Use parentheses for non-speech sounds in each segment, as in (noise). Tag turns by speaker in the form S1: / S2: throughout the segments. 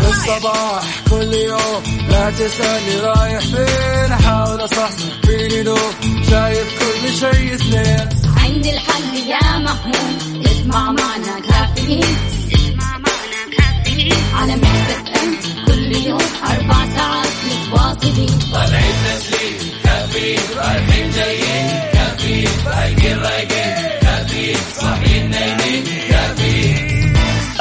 S1: الصباح كل يوم لا تسألني رايح فين أحاول أصحصح فيني لو شايف كل شيء سنين
S2: عندي الحل يا محمود اسمع معنا كافيين اسمع معنا كافيين على ميكس اف ام كل يوم اربع ساعات متواصلين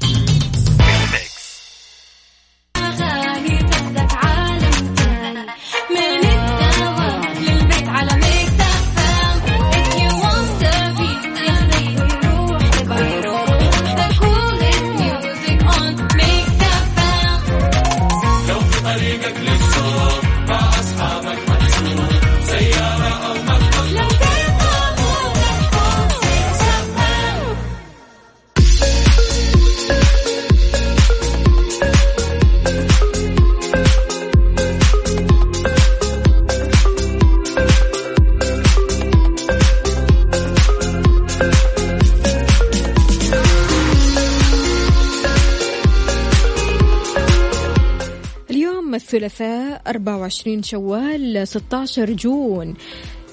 S3: في الميكس.
S2: اغاني تاخدك عالم تاني من الدوام للبيت على ميكس اف ام if you want the beat يخليك تروح لبيروت the coolest music on ميكس اف ام لو تبغى مودك فوق ميكس اف ام
S4: اليوم الثلاثاء 24 شوال 16 جون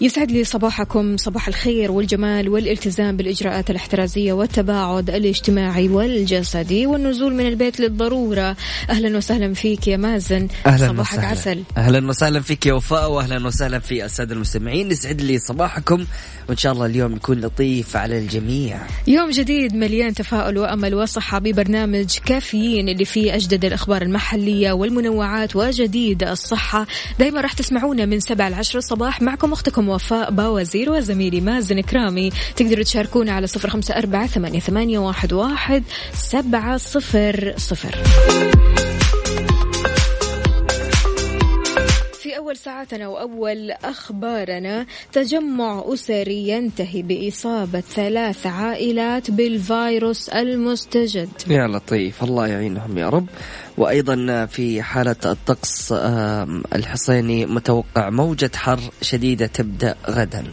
S4: يسعد لي صباحكم صباح الخير والجمال والالتزام بالإجراءات الاحترازية والتباعد الاجتماعي والجسدي والنزول من البيت للضرورة أهلا وسهلا فيك يا مازن
S5: اهلا
S4: صباحك
S5: وسهلا
S4: عسل
S5: اهلا وسهلا فيك يا وفاء واهلا وسهلا في الساده المستمعين يسعد لي صباحكم وان شاء الله اليوم يكون لطيف على الجميع
S4: يوم جديد مليان تفاؤل وامل وصحه ببرنامج كافيين اللي فيه اجدد الاخبار المحليه والمنوعات وجديد الصحه دائما راح تسمعونا من 7 ل 10 الصباح معكم اختكم وفاء باوزير وزميلي مازن كرامي تقدروا تشاركونا على 054 8811 700 في أول ساعتنا وأول أخبارنا تجمع أسري ينتهي بإصابة ثلاث عائلات بالفيروس المستجد
S5: يا لطيف الله يعينهم يا رب وايضا في حاله الطقس آم، الحصيني متوقع موجه حر شديده تبدا غدا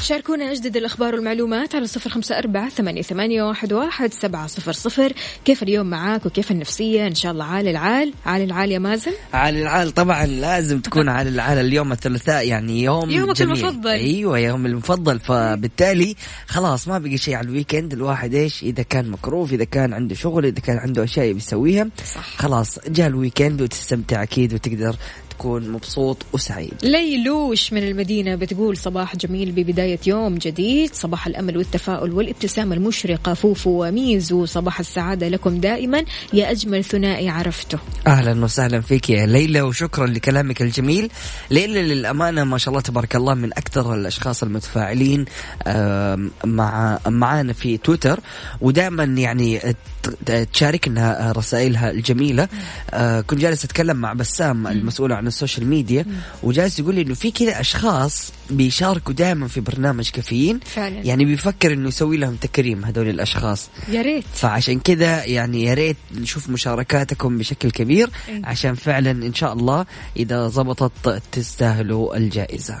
S4: شاركونا أجدد الأخبار والمعلومات على صفر خمسة أربعة ثمانية واحد سبعة صفر صفر كيف اليوم معاك وكيف النفسية إن شاء الله عال العال عال العال يا مازن
S5: على العال طبعا لازم تكون على العال اليوم الثلاثاء يعني يوم
S4: يومك
S5: جميل.
S4: المفضل.
S5: ايوه يوم المفضل فبالتالي خلاص ما بقي شيء على الويكند الواحد ايش اذا كان مكروف اذا كان عنده شغل اذا كان عنده اشياء بيسويها
S4: صح.
S5: خلاص جاء الويكند وتستمتع اكيد وتقدر تكون مبسوط وسعيد
S4: ليلوش من المدينة بتقول صباح جميل ببداية يوم جديد صباح الأمل والتفاؤل والابتسامة المشرقة فوفو وميزو صباح السعادة لكم دائما يا أجمل ثنائي عرفته
S5: اهلا وسهلا فيك يا ليلى وشكرا لكلامك الجميل ليلى للامانه ما شاء الله تبارك الله من اكثر الاشخاص المتفاعلين آم، مع معانا في تويتر ودائما يعني ت- تشاركنا رسائلها الجميله آه، كنت جالس اتكلم مع بسام المسؤول عن السوشيال ميديا وجالس يقول لي انه في كذا اشخاص بيشاركوا دائما في برنامج كافيين
S4: فعلا.
S5: يعني بيفكر انه يسوي لهم تكريم هذول الاشخاص
S4: يا ريت
S5: فعشان كذا يعني يا ريت نشوف مشاركاتكم بشكل كبير
S4: إيه.
S5: عشان فعلا ان شاء الله اذا زبطت تستاهلوا الجائزه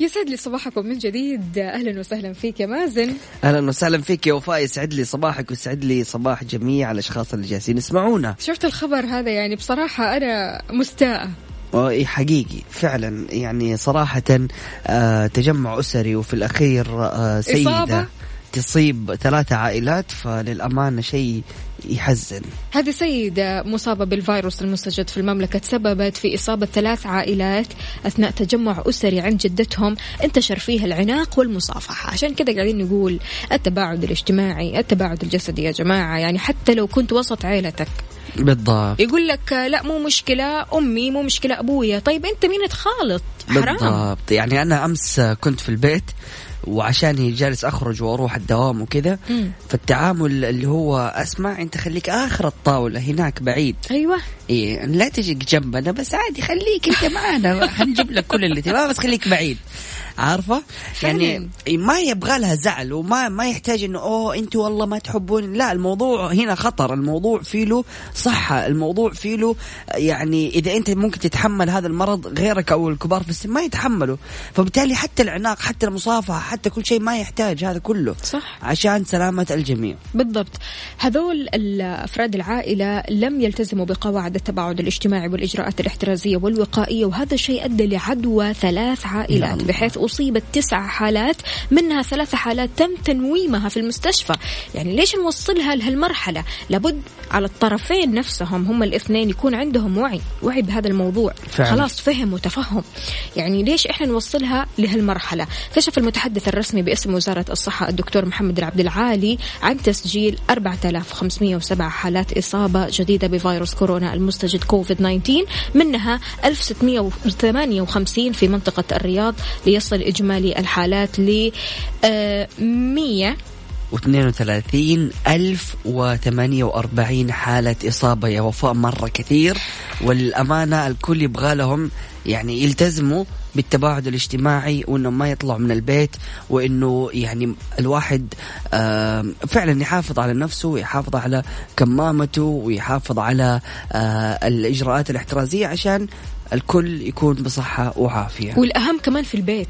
S4: يسعد لي صباحكم من جديد أهلا وسهلا فيك يا مازن
S5: اهلا وسهلا فيك يا وفاء يسعد لي صباحك ويسعد لي صباح جميع الاشخاص اللي جالسين يسمعونا
S4: شفت الخبر هذا يعني بصراحة أنا مستاءة
S5: وإي حقيقي فعلا يعني صراحه آه، تجمع اسري وفي الاخير آه، سيده
S4: إصابة؟
S5: تصيب ثلاثه عائلات فللامانه شيء يحزن
S4: هذه سيدة مصابة بالفيروس المستجد في المملكة تسببت في إصابة ثلاث عائلات أثناء تجمع أسري عند جدتهم انتشر فيها العناق والمصافحة عشان كذا قاعدين نقول التباعد الاجتماعي التباعد الجسدي يا جماعة يعني حتى لو كنت وسط عيلتك
S5: بالضبط
S4: يقول لك لا مو مشكله امي مو مشكله ابويا طيب انت مين تخالط حرام
S5: بالضبط يعني انا امس كنت في البيت وعشان جالس اخرج واروح الدوام وكذا
S4: مم.
S5: فالتعامل اللي هو اسمع انت خليك اخر الطاوله هناك بعيد
S4: ايوه
S5: إيه لا تجيك جنبنا بس عادي خليك انت معانا حنجيب لك كل اللي تبغاه بس خليك بعيد عارفه يعني ما يبغى لها زعل وما ما يحتاج انه اوه انتوا والله ما تحبون لا الموضوع هنا خطر الموضوع فيه له صحه الموضوع فيه له يعني اذا انت ممكن تتحمل هذا المرض غيرك او الكبار في السن ما يتحملوا فبالتالي حتى العناق حتى المصافحه حتى كل شيء ما يحتاج هذا كله
S4: صح.
S5: عشان سلامه الجميع
S4: بالضبط هذول افراد العائله لم يلتزموا بقواعد التباعد الاجتماعي والاجراءات الاحترازيه والوقائيه وهذا الشيء ادى لعدوى ثلاث
S5: يا
S4: عائلات
S5: الله.
S4: بحيث اصيبت تسع حالات منها ثلاث حالات تم تنويمها في المستشفى يعني ليش نوصلها لهالمرحله لابد على الطرفين نفسهم هم الاثنين يكون عندهم وعي وعي بهذا الموضوع
S5: فعلا.
S4: خلاص خلاص فهم وتفهم يعني ليش احنا نوصلها لهالمرحله كشف المتحدث الرسمي باسم وزاره الصحه الدكتور محمد العبد العالي عن تسجيل 4507 حالات اصابه جديده بفيروس كورونا المستجد كوفيد 19 منها 1658 في منطقه الرياض ليصل اجمالي الحالات ل آه، 100
S5: و32 ألف و48 حالة إصابة يا وفاء مرة كثير والأمانة الكل يبغى لهم يعني يلتزموا بالتباعد الاجتماعي وانه ما يطلعوا من البيت وانه يعني الواحد آم، فعلا يحافظ على نفسه ويحافظ على كمامته ويحافظ على آه، الاجراءات الاحترازيه عشان الكل يكون بصحه وعافيه.
S4: والأهم كمان في البيت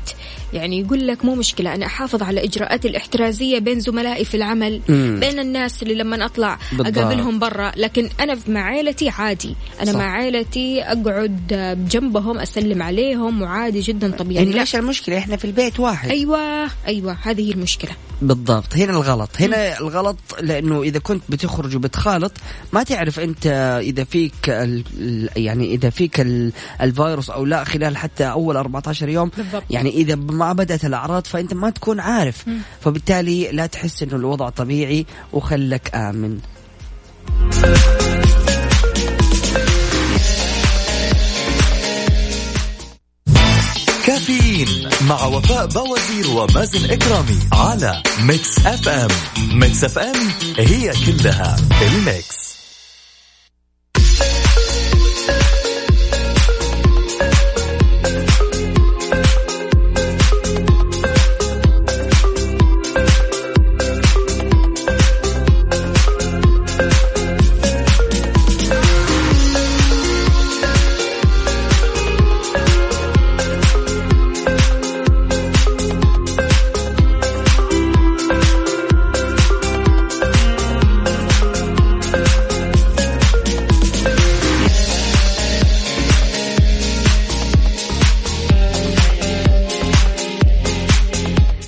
S4: يعني يقول لك مو مشكلة أنا أحافظ على إجراءاتي الاحترازية بين زملائي في العمل
S5: مم.
S4: بين الناس اللي لما أطلع
S5: بالضبط.
S4: أقابلهم برا لكن أنا مع عائلتي عادي أنا
S5: صح.
S4: مع عائلتي أقعد جنبهم أسلم عليهم وعادي جدا طبيعي
S5: يعني
S4: لا.
S5: ليش المشكله احنا في البيت واحد.
S4: أيوة أيوة هذه هي المشكلة
S5: بالضبط هنا الغلط هنا الغلط لانه اذا كنت بتخرج وبتخالط ما تعرف انت اذا فيك ال... ال- يعني اذا فيك ال... الفيروس او لا خلال حتى اول 14 يوم
S4: بالضبط.
S5: يعني اذا ما بدات الاعراض فانت ما تكون عارف فبالتالي لا تحس انه الوضع طبيعي وخلك امن
S3: كافيين مع وفاء بوازير ومازن اكرامي على ميكس اف ام ميكس اف ام هي كلها الميكس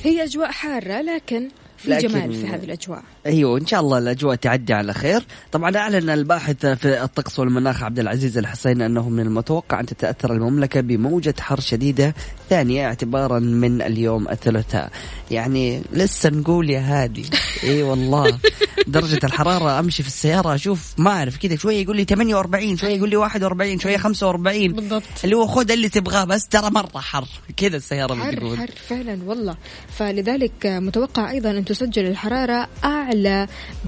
S4: هي أجواء حارة لكن في
S5: لكن-
S4: جمال في هذه الأجواء
S5: ايوه ان شاء الله الاجواء تعدي على خير طبعا اعلن الباحث في الطقس والمناخ عبد العزيز الحسين انه من المتوقع ان تتاثر المملكه بموجه حر شديده ثانيه اعتبارا من اليوم الثلاثاء يعني لسه نقول يا
S4: (laughs)
S5: هادي اي والله درجه الحراره امشي في السياره اشوف ما اعرف كذا شويه يقول لي 48 شويه يقول لي 41 شويه 45
S4: بالضبط.
S5: اللي هو خذ اللي تبغاه بس ترى مره حر كذا السياره
S4: حر
S5: بتقول
S4: حر فعلا والله فلذلك متوقع ايضا ان تسجل الحراره اعلى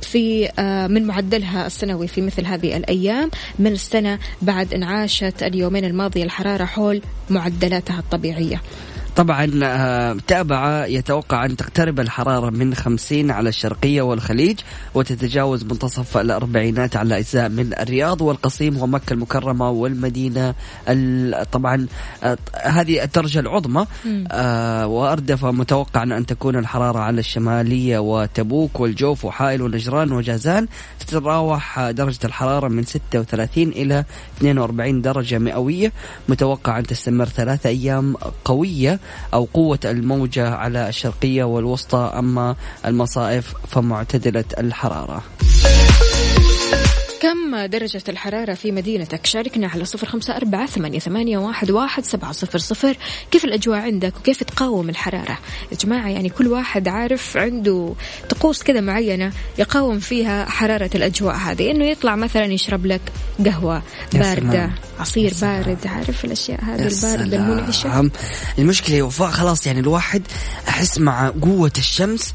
S4: في آه، من معدلها السنوي في مثل هذه الايام من السنه بعد ان عاشت اليومين الماضيه الحراره حول معدلاتها الطبيعيه.
S5: طبعا آه، تابع يتوقع أن تقترب الحرارة من 50 على الشرقية والخليج وتتجاوز منتصف الأربعينات على أجزاء من الرياض والقصيم ومكة المكرمة والمدينة ال- طبعا آه، هذه الدرجة العظمى آه، وأردف متوقع أن تكون الحرارة على الشمالية وتبوك والجوف وحائل ونجران وجازان تتراوح آه، درجة الحرارة من 36 إلى 42 درجة مئوية متوقع أن تستمر ثلاثة أيام قوية أو قوة الموجة على الشرقية والوسطى أما المصائف فمعتدلة الحرارة
S4: كم كم درجة الحرارة في مدينتك شاركنا على صفر خمسة أربعة ثمانية واحد سبعة صفر صفر كيف الأجواء عندك وكيف تقاوم الحرارة يا جماعة يعني كل واحد عارف عنده طقوس كذا معينة يقاوم فيها حرارة الأجواء هذه إنه يطلع مثلا يشرب لك قهوة
S5: يا
S4: باردة
S5: سلام.
S4: عصير بارد عارف الأشياء هذه
S5: يا
S4: الباردة
S5: سلام.
S4: المنعشة
S5: المشكله يا وفاء خلاص يعني الواحد احس مع قوه الشمس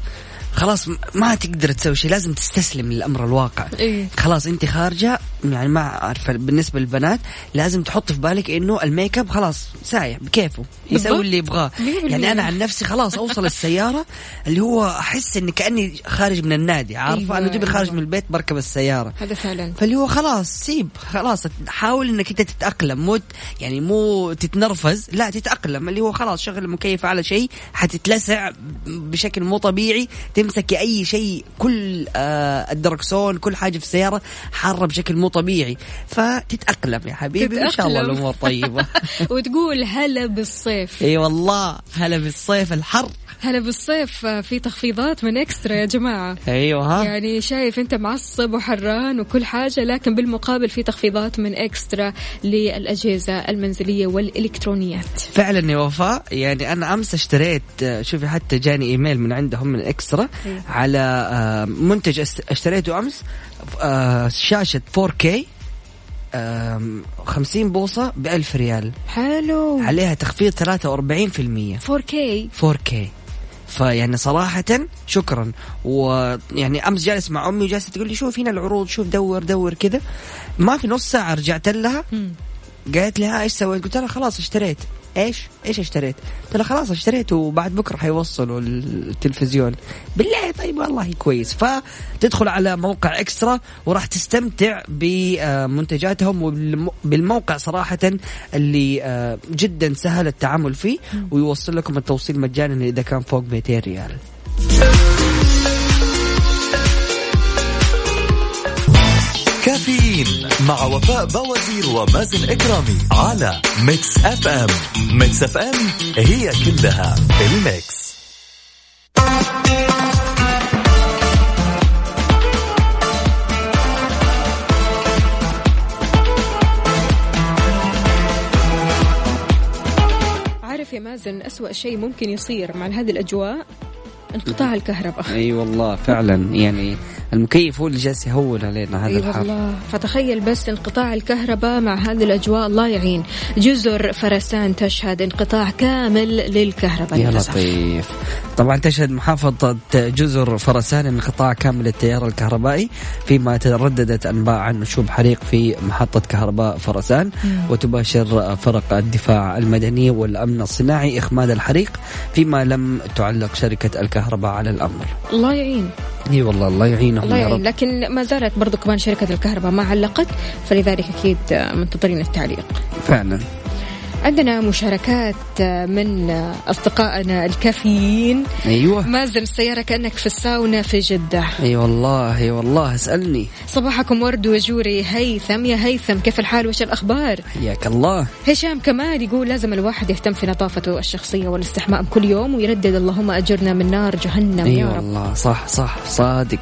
S5: خلاص م- ما تقدر تسوي شيء لازم تستسلم للامر الواقع
S4: إيه.
S5: خلاص انت خارجه يعني ما عارفه بالنسبه للبنات لازم تحط في بالك انه الميك اب خلاص سايح بكيفه
S4: بالضبط.
S5: يسوي اللي يبغاه
S4: مية بالمية.
S5: يعني انا عن نفسي
S4: (laughs)
S5: خلاص اوصل السياره اللي هو احس اني كاني خارج من النادي عارفه
S4: أيوة،
S5: انا دوبي خارج
S4: أيوة.
S5: من البيت بركب السياره
S4: هذا فعلا
S5: فاللي هو خلاص سيب خلاص حاول انك انت تتاقلم مو يعني مو تتنرفز لا تتاقلم اللي هو خلاص شغل المكيف على شيء حتتلسع بشكل مو طبيعي تمسكي اي شيء كل آه الدركسون كل حاجه في السياره حاره بشكل مو طبيعي فتتاقلم يا حبيبي ان شاء الله
S4: تتأقلم.
S5: الامور
S4: (laughs)
S5: طيبه
S4: (laughs) وتقول هلا بالصيف
S5: اي والله هلا بالصيف الحر
S4: هلا بالصيف آه، في تخفيضات من اكسترا يا جماعه
S5: ايوه ها
S4: يعني شايف انت معصب وحران وكل حاجه لكن بالمقابل في تخفيضات من اكسترا للاجهزه المنزليه والالكترونيات
S5: فعلا يا وفاء يعني انا امس اشتريت آه، شوفي حتى جاني ايميل من عندهم من اكسترا
S4: أيوة.
S5: على آه، منتج أس- اشتريته امس آه، شاشه 4K آم، 50 بوصه ب 1000 ريال
S4: حلو
S5: عليها تخفيض 43%
S4: 4K
S5: 4K فيعني صراحة شكرا ويعني امس جالس مع امي وجالسه تقول لي شوف هنا العروض شوف دور دور كذا ما في نص ساعة رجعت لها
S4: مم.
S5: قالت لي ها ايش سويت؟ قلت لها خلاص اشتريت ايش؟ ايش اشتريت؟ قلت لها خلاص اشتريت وبعد بكره حيوصلوا التلفزيون بالله طيب والله كويس فتدخل على موقع اكسترا وراح تستمتع بمنتجاتهم وبالم- بالموقع صراحه اللي آه، جدا سهل التعامل فيه ويوصل لكم التوصيل مجانا اذا كان فوق 200 ريال.
S3: كافيين مع وفاء بوازير ومازن اكرامي على ميكس اف ام ميكس اف ام هي كلها الميكس
S4: عارف يا مازن أسوأ شيء ممكن يصير مع هذه الاجواء انقطاع الكهرباء
S5: اي أيوة والله فعلا يعني المكيف هو اللي جالس يهول علينا هذا
S4: اي أيوة والله فتخيل بس انقطاع الكهرباء مع هذه الاجواء الله يعين جزر فرسان تشهد انقطاع كامل للكهرباء
S5: يا
S4: طيب، للأسف.
S5: لطيف طبعا تشهد محافظة جزر فرسان انقطاع كامل للتيار الكهربائي فيما ترددت أنباء عن شوب حريق في محطة كهرباء فرسان وتباشر فرق الدفاع المدني والأمن الصناعي إخماد الحريق فيما لم تعلق شركة الكهرباء على الأمر
S4: الله يعين
S5: اي والله الله يعينهم
S4: الله
S5: يا رب
S4: يعين لكن ما زالت برضو كمان شركة الكهرباء ما علقت فلذلك أكيد منتظرين التعليق
S5: فعلا
S4: عندنا مشاركات من أصدقائنا الكافيين
S5: ايوه
S4: مازن السيارة كأنك في الساونا في جدة
S5: اي والله اي والله اسألني
S4: صباحكم ورد وجوري هيثم يا هيثم كيف الحال وش الأخبار
S5: حياك الله
S4: هشام كمان يقول لازم الواحد يهتم في نظافته الشخصية والاستحمام كل يوم ويردد اللهم أجرنا من نار جهنم
S5: اي
S4: يا رب
S5: والله صح صح صادق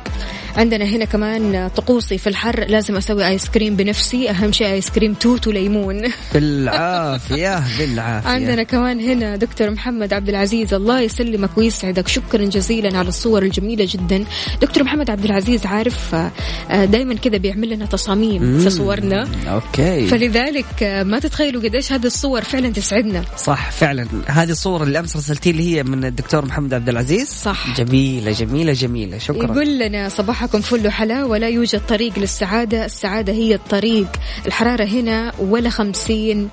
S4: عندنا هنا كمان طقوسي في الحر لازم اسوي ايس كريم بنفسي اهم شيء ايس كريم توت وليمون (laughs)
S5: بالعافية بالعافية
S4: عندنا كمان هنا دكتور محمد عبد العزيز الله يسلمك ويسعدك شكرا جزيلا على الصور الجميله جدا دكتور محمد عبد العزيز عارف آه، دائما كذا بيعمل لنا تصاميم في
S5: مم.
S4: صورنا
S5: اوكي
S4: فلذلك آه، ما تتخيلوا قديش هذه الصور فعلا تسعدنا
S5: صح فعلا هذه الصور اللي امس رسلتي لي هي من الدكتور محمد عبد العزيز
S4: صح.
S5: جميله جميله جميله شكرا
S4: يقول لنا صباحكم فل وحلاوة لا يوجد طريق للسعادة السعادة هي الطريق الحرارة هنا ولا خمسين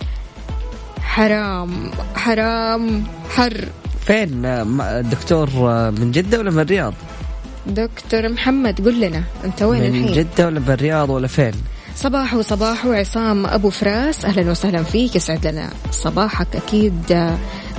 S4: حرام حرام حر
S5: فين آه، م- الدكتور آه، من جده ولا من الرياض
S4: دكتور محمد قل لنا انت وين
S5: من
S4: الحين
S5: جده ولا من الرياض ولا فين
S4: صباح وصباح وعصام ابو فراس اهلا وسهلا فيك يسعد لنا صباحك اكيد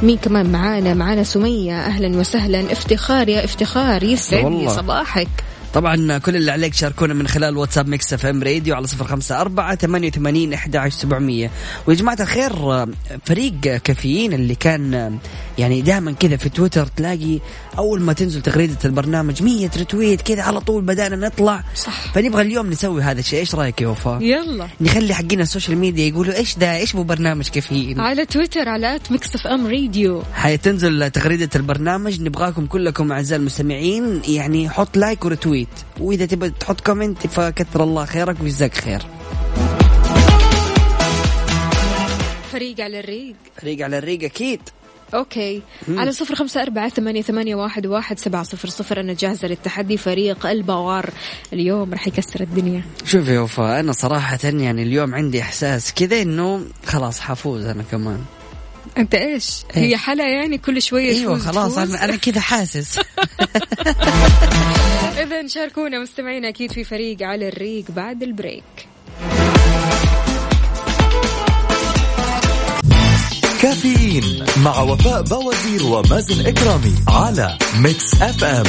S4: مين كمان معانا معانا سمية اهلا وسهلا افتخار يا افتخار يسعدني
S5: والله.
S4: صباحك
S5: طبعا كل اللي عليك شاركونا من خلال واتساب ميكس اف ام راديو على صفر خمسة أربعة ثمانية وثمانين أحد عشر سبعمية ويا جماعة الخير فريق كافيين اللي كان يعني دائما كذا في تويتر تلاقي أول ما تنزل تغريدة البرنامج مية ريتويت كذا على طول بدأنا نطلع
S4: صح.
S5: فنبغى اليوم نسوي هذا الشيء إيش رأيك يا وفاء؟
S4: يلا
S5: نخلي حقين السوشيال ميديا يقولوا ايش ده ايش مو برنامج كافيين
S4: على تويتر على ات ميكس اف ام راديو
S5: حتنزل تغريدة البرنامج نبغاكم كلكم أعزائي المستمعين يعني حط لايك ورتويت وإذا تبغى تحط كومنت فكثر الله خيرك ويجزاك خير
S4: فريق على الريق
S5: ريق على الريق أكيد
S4: اوكي على صفر خمسة أربعة ثمانية, ثمانية واحد, واحد سبعة صفر صفر أنا جاهزة للتحدي فريق البوار اليوم راح يكسر الدنيا
S5: شوف يا وفاء أنا صراحة يعني اليوم عندي إحساس كذا إنه خلاص حفوز أنا كمان
S4: أنت إيش هي حلا يعني كل شوية
S5: أيوة
S4: تفوز-
S5: إيه. خلاص
S4: تفوز؟
S5: أنا أنا كذا حاسس
S4: إذا شاركونا مستمعينا أكيد في فريق على الريق بعد البريك
S3: كافيين مع وفاء بوازير ومازن اكرامي على ميكس اف ام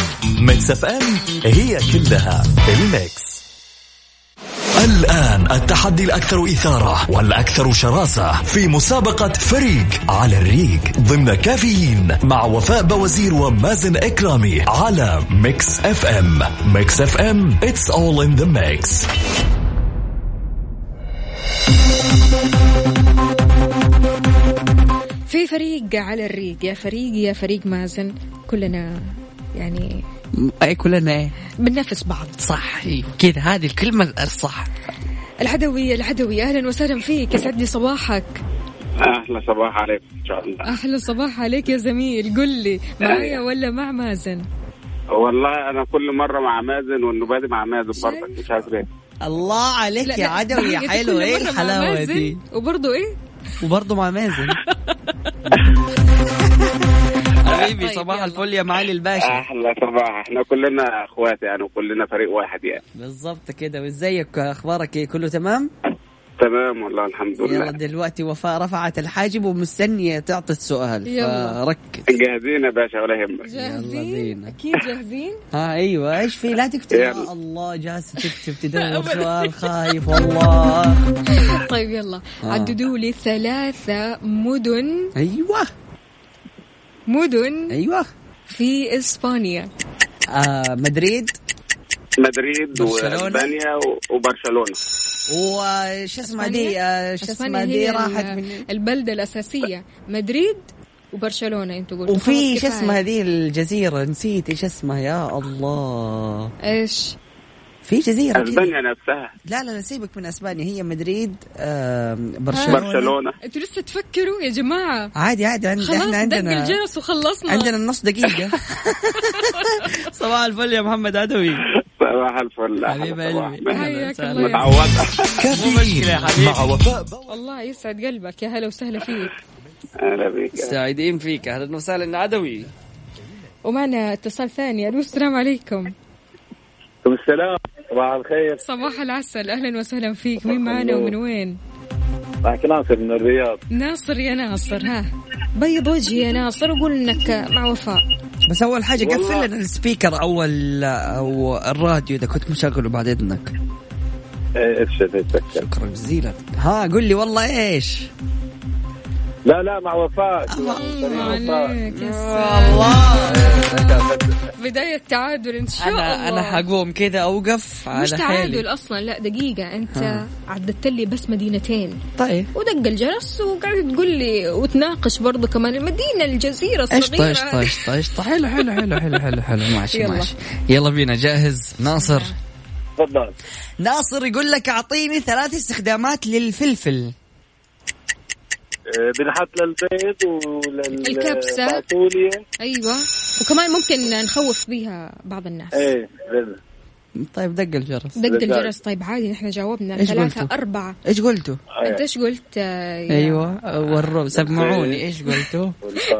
S3: ميكس اف ام هي كلها الميكس الآن التحدي الأكثر إثارة والأكثر شراسة في مسابقة فريق على الريق ضمن كافيين مع وفاء بوازير ومازن إكرامي على ميكس أف أم ميكس أف أم It's all in the mix
S4: في فريق على الريق يا فريق يا فريق مازن كلنا يعني
S5: (laughs) أي كلنا إيه
S4: بننافس بعض
S5: صح أيوة كذا هذه الكلمة الصح
S4: العدوي العدوي أهلا وسهلا فيك يسعد لي صباحك
S6: اهلا صباح عليكم ان شاء الله
S4: أحلى صباح عليك يا زميل قل لي معايا ولا مع مازن
S6: والله انا كل مره مع مازن والنبادي مع مازن برضه مش عارف ليه
S5: الله عليك
S4: لا،
S5: يا
S4: لا،
S5: عدوي يا
S4: أنت
S5: حلو
S4: كل
S5: ايه
S4: مرة مع
S5: الحلاوه
S4: مازن
S5: دي
S4: وبرضه ايه
S5: وبرضه مع
S4: (laughs)
S5: مازن حبيبي
S4: طيب،
S5: صباح
S4: يلا.
S5: الفل يا معالي الباشا
S6: احلى صباح احنا كلنا اخوات يعني وكلنا فريق واحد يعني
S5: بالضبط كده وازيك اخبارك إيه؟ كله تمام
S6: تمام والله الحمد
S5: يلا
S6: لله
S5: دلوقتي وفاء رفعت الحاجب ومستنيه تعطي السؤال
S4: يلا.
S5: فركز
S6: جاهزين يا باشا ولا يهمك
S4: جاهزين
S5: بينا. آه.
S4: اكيد
S5: (laughs)
S4: جاهزين
S5: ها ايوه ايش في لا تكتب
S6: يلا.
S5: يا الله جالسه تكتب
S4: (laughs)
S5: تدور سؤال خايف والله
S4: طيب يلا
S5: آه.
S4: عددوا لي ثلاثة مدن
S5: ايوه
S4: مدن
S5: ايوه
S4: في اسبانيا
S5: آه مدريد
S6: مدريد
S5: برشلونة.
S6: واسبانيا و- وبرشلونه
S5: وش اسمها دي آه، شو
S4: اسبانيا
S5: اسمها
S4: هي
S5: دي راحت
S4: ال-
S5: من
S4: البلدة الأساسية مدريد وبرشلونة انتوا قلتوا
S5: وفي
S4: خلاص
S5: شو
S4: كفاية.
S5: اسمها هذه الجزيرة نسيت ايش اسمها يا الله
S4: ايش
S5: في جزيرة كذا.
S6: اسبانيا نفسها
S5: لا لا لا سيبك من اسبانيا هي مدريد آم، برشلونة
S6: برشلونه
S4: انتوا لسه تفكروا يا جماعة
S5: عادي عادي عند
S4: خلاص
S5: احنا
S4: دق
S5: عندنا
S4: الجرس وخلصنا
S5: عندنا النص
S4: (laughs)
S5: دقيقة صباح الفل يا محمد عدوي
S6: صباح الفل أحلى
S5: حبيب
S6: صباح.
S5: قلبي.
S6: أهلاً.
S4: حياك
S5: أهلاً.
S4: الله يا
S6: متعوضة (laughs)
S3: كافيين
S5: مشكلة يا حبيبي.
S3: مع وفاء بوازير
S4: الله يسعد قلبك يا هلا وسهلا فيك
S6: اهلا بيك
S5: سعيدين فيك اهلا وسهلا عدوي
S4: ومعنا اتصال ثاني الو السلام عليكم
S6: السلام صباح الخير
S4: صباح العسل اهلا وسهلا فيك مين معنا ومن وين
S6: معك ناصر من الرياض
S4: ناصر يا ناصر ها بيض وجهي يا ناصر وقول انك مع وفاء
S5: بس اول حاجة قفل
S6: والله.
S5: لنا السبيكر او ال- او الراديو اذا كنت مشغله بعد اذنك
S6: ارشد اتذكر
S5: شكرا جزيلا ها قل لي والله ايش
S6: لا لا مع وفاء
S4: الله عليك يا سلام.
S5: والله
S4: بداية تعادل ان شاء الله
S5: انا انا حقوم كذا اوقف على
S4: مش تعادل
S5: حيلي.
S4: اصلا لا دقيقة انت عددت لي بس مدينتين
S5: طيب
S4: ودق الجرس وقاعد تقول لي وتناقش برضه كمان المدينة الجزيرة
S5: قشطة
S7: طيب،
S4: الصغيرة
S5: قشطة قشطة قشطة حلو حلو حلو حلو حلو حلو ماشي
S4: يلا.
S5: ماشي يلا بينا جاهز ناصر
S6: تفضل
S5: ناصر يقول لك اعطيني ثلاث استخدامات للفلفل
S1: آه،
S6: بنحط للبيض ولل
S4: الكبسة.
S6: الفاصوليا
S4: أيوة.
S1: إيه،
S4: ايوه وكمان ممكن نخوف بيها بعض الناس
S6: ايه بال-
S7: طيب دق الجرس
S4: دق
S1: بالذات.
S4: الجرس طيب عادي نحن جاوبنا
S7: إيش
S4: ثلاثة
S7: قلتوا؟
S4: أربعة
S7: ايش قلتوا؟
S6: آه.
S4: أنت إيش قلت آه، يا-
S7: ايوه وروا سمعوني ايش قلتوا؟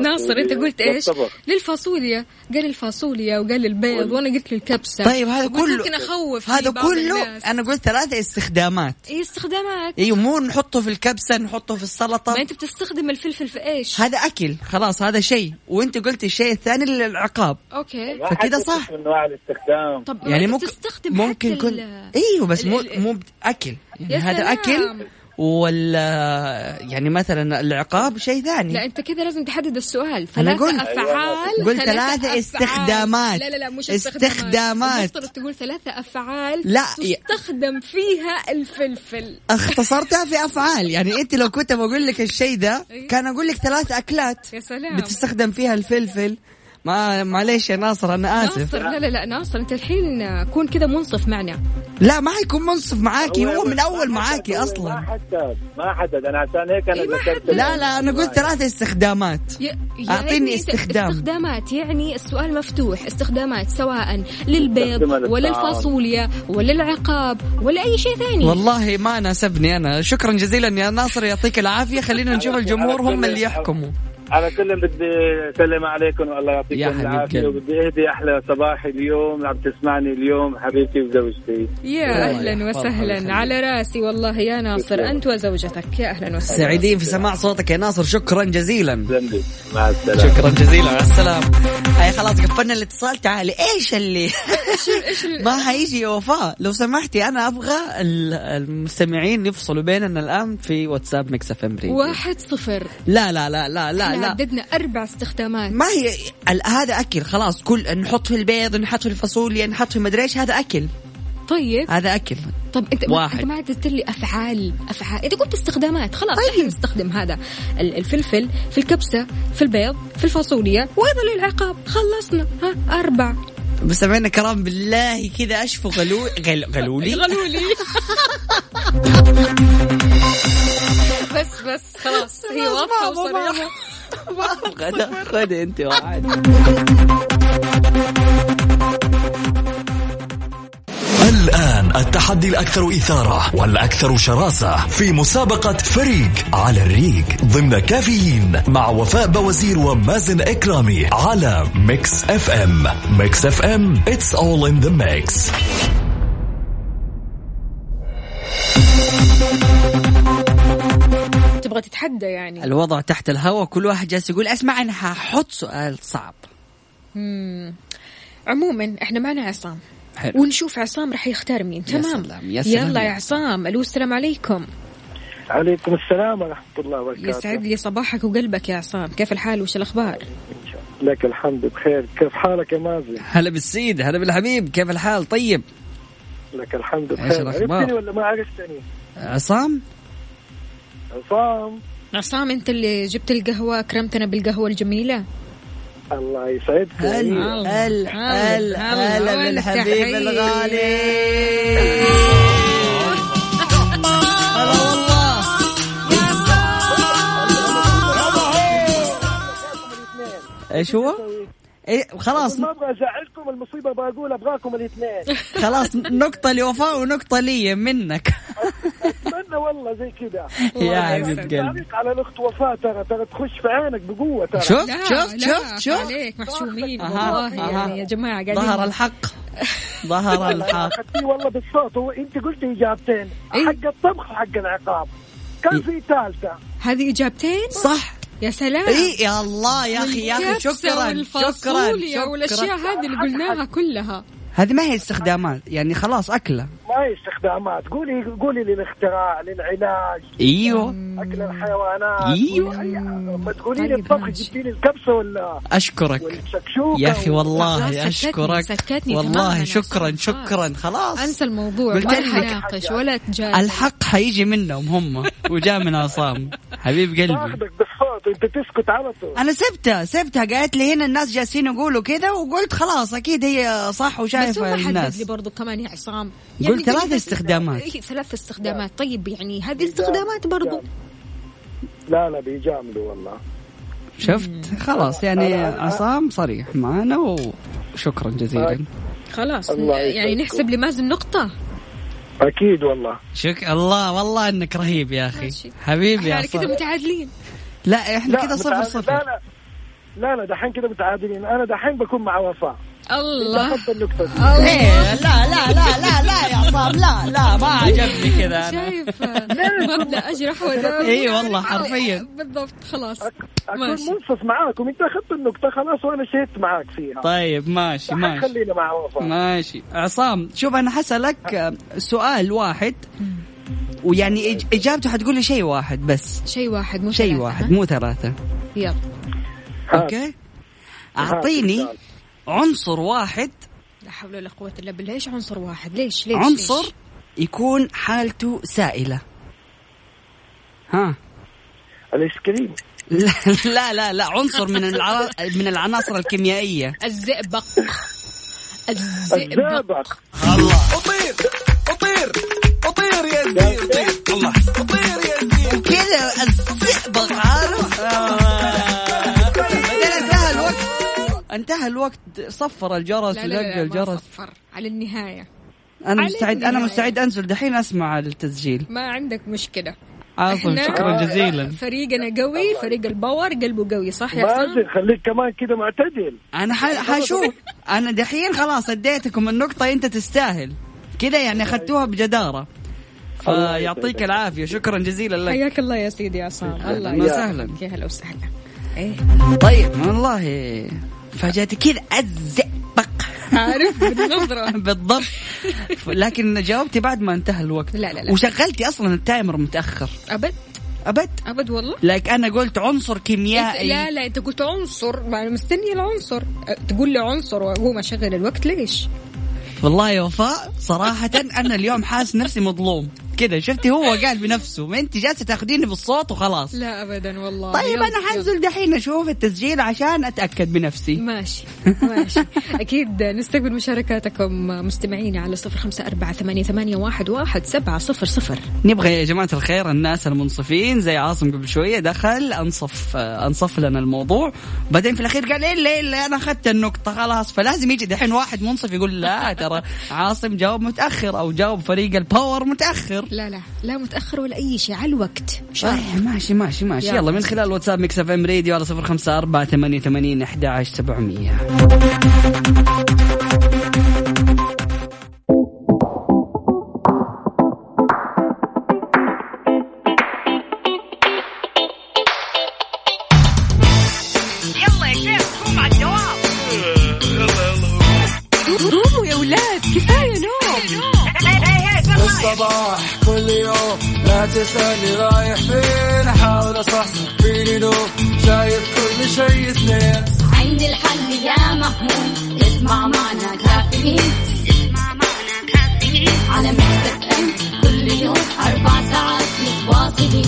S4: ناصر أنت قلت إيش؟
S1: والطبق.
S4: للفاصوليا قال الفاصوليا وقال البيض وأنا قلت للكبسة
S7: طيب هذا
S4: وقلت
S7: كله
S4: ممكن أخوف فيه
S7: هذا
S4: بعض
S7: كله
S4: الناس.
S7: انا قلت ثلاثة استخدامات
S4: إيه استخدامات
S7: ايوه مو نحطه في الكبسة نحطه في
S4: ما
S7: السلطة
S4: أنت بتستخدم الفلفل في إيش؟
S7: هذا اكل خلاص هذا شيء وانت قلت الشيء الثاني العقاب
S4: أوكي
S7: فكده صح.
S1: من انواع الاستخدام
S4: طب ما
S7: يعني
S4: أنت
S7: ممكن
S4: بتستخدم
S7: ممكن
S4: حتى
S7: كل
S4: ال-
S7: ايوه بس مو
S4: ال- ال-
S7: مو بد- اكل يعني
S4: يا
S7: هذا
S4: سلام.
S7: اكل ولا يعني مثلا العقاب شيء
S4: لا
S7: ثاني
S4: انت كده لازم تحدد السؤال
S7: أنا
S4: ثلاثة
S7: قلت-
S4: افعال
S7: قلت ثلاثة
S4: أفعال.
S7: استخدامات.
S4: لا لا لا مش
S7: استخدامات.
S4: المفترض تقول ثلاثة افعال
S7: لا، ي-
S4: تستخدم فيها الفلفل
S7: اختصرتها في افعال يعني انت لو كنت بقول لك الشيء ده
S4: أيوة.
S7: كان اقول لك ثلاث اكلات
S4: يا سلام
S7: بتستخدم فيها الفلفل ما معليش يا ناصر انا اسف
S4: ناصر لا لا لا ناصر انت الحين كون كده منصف معنا
S7: لا ما حيكون منصف معاكي هو من اول معاكي
S1: ما
S7: اصلا
S1: حدد ما حدد انا عشان هيك انا
S4: إيه، ما
S1: ذكرت
S4: حدد.
S7: لا لا انا قلت ثلاث استخدامات
S4: يا-
S7: أعطيني
S4: أنت
S7: استخدام.
S4: يعني استخدامات يعني السؤال مفتوح استخدامات سواء للبيض
S1: استخدمها للطعام.
S4: ولا الفاصوليا ولا العقاب ولا اي شيء ثاني
S7: والله ما ناسبني انا شكرا جزيلا يا ناصر يعطيك العافيه خلينا نشوف
S1: على كل-
S7: الجمهور
S1: على
S7: هم
S1: كل-
S7: اللي يحكموا
S1: على كل بدي اسلم عليكم والله
S7: يا
S1: يعطيكم
S7: حبيب
S1: العافيه
S7: قلبي.
S1: وبدي اهدي احلى صباحي اليوم عم تسمعني اليوم حبيبتي وزوجتي
S4: يا
S7: والله
S4: اهلا
S7: يحفظها ويخليها.
S4: وسهلا على راسي والله يا ناصر انت وزوجتك يا اهلا وسهلا
S7: سعيدين في سماع صوتك يا ناصر شكرا جزيلا
S1: زندي مع السلامه
S7: شكرا جزيلا مع السلامه هاي خلاص قفلنا الاتصال تعالي ايش اللي (laughs) ما حيجي يا وفاء لو سمحتي انا ابغى ال- المستمعين يفصلوا بيننا الان في واتساب ميكس اف ام راديو.
S4: واحد صفر
S7: لا لا لا لا لا
S4: احنا
S7: لا
S4: عددنا اربع استخدامات
S7: ما هي ال- هذا اكل خلاص كل نحط في البيض نحط في الفاصوليا نحط في مدري ايش هذا اكل
S4: طيب
S7: هذا اكل
S4: طب انت
S7: واحد.
S4: واحد. انت ما عدت لي افعال افعال انت قلت استخدامات خلاص طيب. احنا نستخدم هذا ال- الفلفل في الكبسه في البيض في الفاصوليا وايضا للعقاب خلصنا ها اربع
S7: مستمعينا كرام بالله كذا اشفوا غلو غل... (laughs) غلولي
S4: غلوا لي بس بس خلاص هي واضحه وصريحه
S7: غدا خذي انت واحد
S3: الآن التحدي الأكثر إثارة والأكثر شراسة في مسابقة فريق على الريق ضمن كافيين مع وفاء بوزير ومازن إكرامي على ميكس أف أم ميكس أف أم It's all in the mix
S4: تبغى تتحدى يعني
S7: الوضع تحت الهواء كل واحد جالس يقول اسمع انا ححط سؤال صعب
S4: عموما احنا معنا عصام
S7: حلو
S4: ونشوف عصام راح يختار مين
S7: يا
S4: تمام
S7: سلام، يا سلام.
S4: يلا يا عصام الو السلام عليكم
S1: عليكم السلام ورحمه الله
S4: يسعد
S1: وبركاته
S4: لي صباحك وقلبك يا عصام كيف الحال وش الاخبار
S1: لك الحمد بخير كيف حالك يا مازن
S7: هلا بالسيد هلا بالحبيب كيف الحال طيب
S1: لك الحمد
S7: إيش
S1: بخير
S7: الأخبار؟
S1: عرفتني ولا ما عرفتني
S7: عصام
S1: عصام
S4: عصام انت اللي جبت القهوه كرمتنا بالقهوه الجميله
S1: الله إيه. يسعدك
S7: هل هل
S4: هلا،
S7: هل
S4: هلا،
S7: طيب. هلا
S4: هلا
S7: بالحبيب
S4: تحية.
S7: الغالي هلا والله ايش هو؟ إيه خلاص
S1: ما ابغى ازعلكم المصيبه بقول ابغاكم الاثنين
S7: خلاص نقطة لوفاء ونقطة لي منك
S1: اتمنى والله زي كذا
S7: يا حبيب
S4: يسعدك.
S7: قلبي
S1: تعليق على الاخت وفاء ترى ترى تخش في عينك بقوه ترى
S7: شوف
S4: لا،
S7: شوف
S4: لا،
S7: شوف شوف
S4: عليك محشومين
S7: أها،
S4: والله
S7: أها.
S4: يعني يا جماعه قاعدين
S7: ظهر الحق
S4: (laughs)
S7: ظهر الحق
S1: اخذتيه والله بالصوت هو انت قلت اجابتين
S4: إيه؟
S1: حق الطبخ وحق العقاب كان في ثالثه
S4: هذه اجابتين
S7: صح
S4: يا سلام
S7: اي يا الله يا اخي يا اخي
S4: الكبسة
S7: شكرا
S4: والفاصوليا
S7: شكرا
S4: والاشياء
S7: شكرا
S4: هذه اللي قلناها كلها
S7: هذه ما هي استخدامات يعني خلاص اكله
S1: ما هي استخدامات قولي قولي للاختراع للعلاج
S7: ايوه
S1: اكل الحيوانات
S7: إيوه.
S1: قولي أي- ما تقولي لي
S4: طيب
S1: الطبخ
S4: ماشي.
S1: جبتي لي الكبسه ولا
S7: اشكرك
S1: والشكشوكه
S7: يا اخي
S4: خلاص
S7: والله
S4: سكتني-
S7: اشكرك
S4: سكتني
S7: والله
S4: تماماً
S7: شكرا
S4: عشان خلاص.
S7: شكرا خلاص
S4: انسى الموضوع
S7: قلت
S4: ما
S7: لك.
S4: تناقش ولا تجادل
S7: الحق حيجي منهم هم وجاء من عصام حبيب قلبي
S1: تاخذك بالصوت انت تسكت على طول
S7: انا سبتها سبتها قالت لي هنا الناس جالسين يقولوا كذا وقلت خلاص اكيد هي صح
S4: بس هو
S7: وشايفه
S4: ما حدد لي
S7: الناس
S4: برضو كمان يا عصام يعني
S7: قلت ثلاث استخدامات.
S4: إيه، ثلاث استخدامات طيب يعني هذه استخدامات برضو
S1: لا لا بيجاملوا والله
S7: شفت خلاص يعني عصام صريح معنا وشكرا جزيلا
S4: خلاص
S8: الله
S4: يعني
S8: يسعدكم.
S4: نحسب لمازن نقطة
S8: اكيد والله
S7: شك الله والله انك رهيب يا اخي
S4: ماشي.
S7: حبيبي
S4: احنا
S7: طيب يا
S4: على كده
S7: عصام.
S4: متعادلين
S7: لا احنا كده صفر
S8: متعادل- لا
S7: صفر
S8: لا لا لا دحين كده متعادلين انا دحين بكون مع وفاء
S1: نعم.
S4: الله
S8: اخذت النقطه دي
S4: آه،
S7: إيه، لا لا لا لا لا يا عصام لا لا ما عجبني كذا أنا.
S4: شايف مبدأ أجرح ودار
S7: إي إيه، والله، حرفياً.
S4: بالضبط خلاص
S8: اكون
S4: ماشي.
S8: منصف معاكم انت اخذت النقطه خلاص وانا شهدت معاك فيها
S7: طيب ماشي
S8: دحين
S7: ماشي
S8: خلينا مع وفاء
S7: ماشي عصام شوف انا حسألك آه، سؤال واحد ويعني إج- اجابته حتقول لي شيء واحد بس
S4: شيء واحد مو
S7: شيء
S4: ثلاثة،
S7: واحد
S4: ها؟
S7: مو ثلاثة
S4: يلا
S8: هات.
S7: اوكي اعطيني
S8: السؤال.
S7: عنصر واحد
S4: لا حول ولا قوة إلا بالله إيش عنصر واحد ليش ليش
S7: عنصر
S4: ليش؟
S7: يكون حالته سائلة ها (laughs)
S8: الايس كريم
S7: لا لا لا, لا عنصر من الع... من العناصر الكيميائيه
S4: الزئبق الزئبق
S8: الزئبق
S3: أطير أطير أطير يا زين أطير الله أطير يا زين
S7: كذا الزئبق عارف آه. بعدين انتهى الوقت انتهى الوقت صفر الجرس
S4: لا لا
S7: ولق
S4: لا ما
S7: الجرس
S4: صفر على النهاية
S7: انا
S4: عليك
S7: مستعد انا
S4: نهاية.
S7: مستعد انزل دحين اسمع التسجيل
S4: ما عندك مشكلة
S7: عاصم
S4: إحنا- آه،
S7: شكرا جزيلا
S4: فريقنا قوي فريق الباور قلبه قوي صح يا حسام؟
S8: مازن خليك كمان كده معتدل
S7: انا ح- حشوف انا دحين خلاص اديتكم النقطه انت تستاهل كذا يعني
S4: طيب.
S7: اخذتوها بجداره فيعطيك العافيه شكرا جزيلا لك
S4: حياك الله يا سيدي عصام الله يسعدك.
S7: أهلاً وسهلاً.
S4: يا هلا وسهلا ايه
S7: طيب والله فاجأتي كذا ازبق
S4: عارف بالنظرة
S7: (laughs) بالضبط لكن جاوبتي بعد ما انتهى الوقت
S4: لا، لا، لا.
S7: وشغلتي اصلا التايمر متاخر
S4: ابد
S7: ابد
S4: ابد والله
S7: لك انا قلت عنصر
S4: إنت-
S7: كيميائي
S4: لا لا انت قلت عنصر ما انا مستني العنصر أه، تقول لي عنصر واقوم اشغل الوقت ليش؟
S7: والله يا وفاء صراحه انا اليوم حاسس نفسي مظلوم كذا شفتي هو قال بنفسه ما انت جالسه تاخذيني بالصوت وخلاص
S4: لا ابدا والله
S7: طيب
S4: يلا،
S7: انا حنزل دحين اشوف التسجيل عشان اتاكد بنفسي
S4: ماشي ماشي (laughs) أكيد نستقبل مشاركاتكم مستمعينا على صفر خمسة أربعة ثمانية, ثمانية واحد, واحد سبعة صفر صفر
S7: نبغى يا جماعة الخير الناس المنصفين زي عاصم قبل شوية دخل أنصف آه، أنصف لنا الموضوع بعدين في الأخير قال إلا إلا أنا أخذت النقطة خلاص فلازم يجي دحين واحد منصف يقول لا ترى عاصم جاوب متأخر أو جاوب فريق الباور متأخر
S4: لا لا لا متأخر ولا أي شيء على الوقت شرط.
S7: طيب ماشي ماشي ماشي يلا من خلال واتساب ميكس اف ام راديو على صفر خمسة أربعة ثمانية ثمانين أحد عشر سبعمية
S4: قوموا يا أولاد كفاية نوم
S1: الصباح كل يوم لا تسألني رايح فين أحاول أصحصح فيني لو شايف كل شيء سنين
S2: عند الحل يا محمود اسمع معنا كافيين اسمع معنا كافيين على ميكس اف ام كل يوم اربع ساعات متواصلين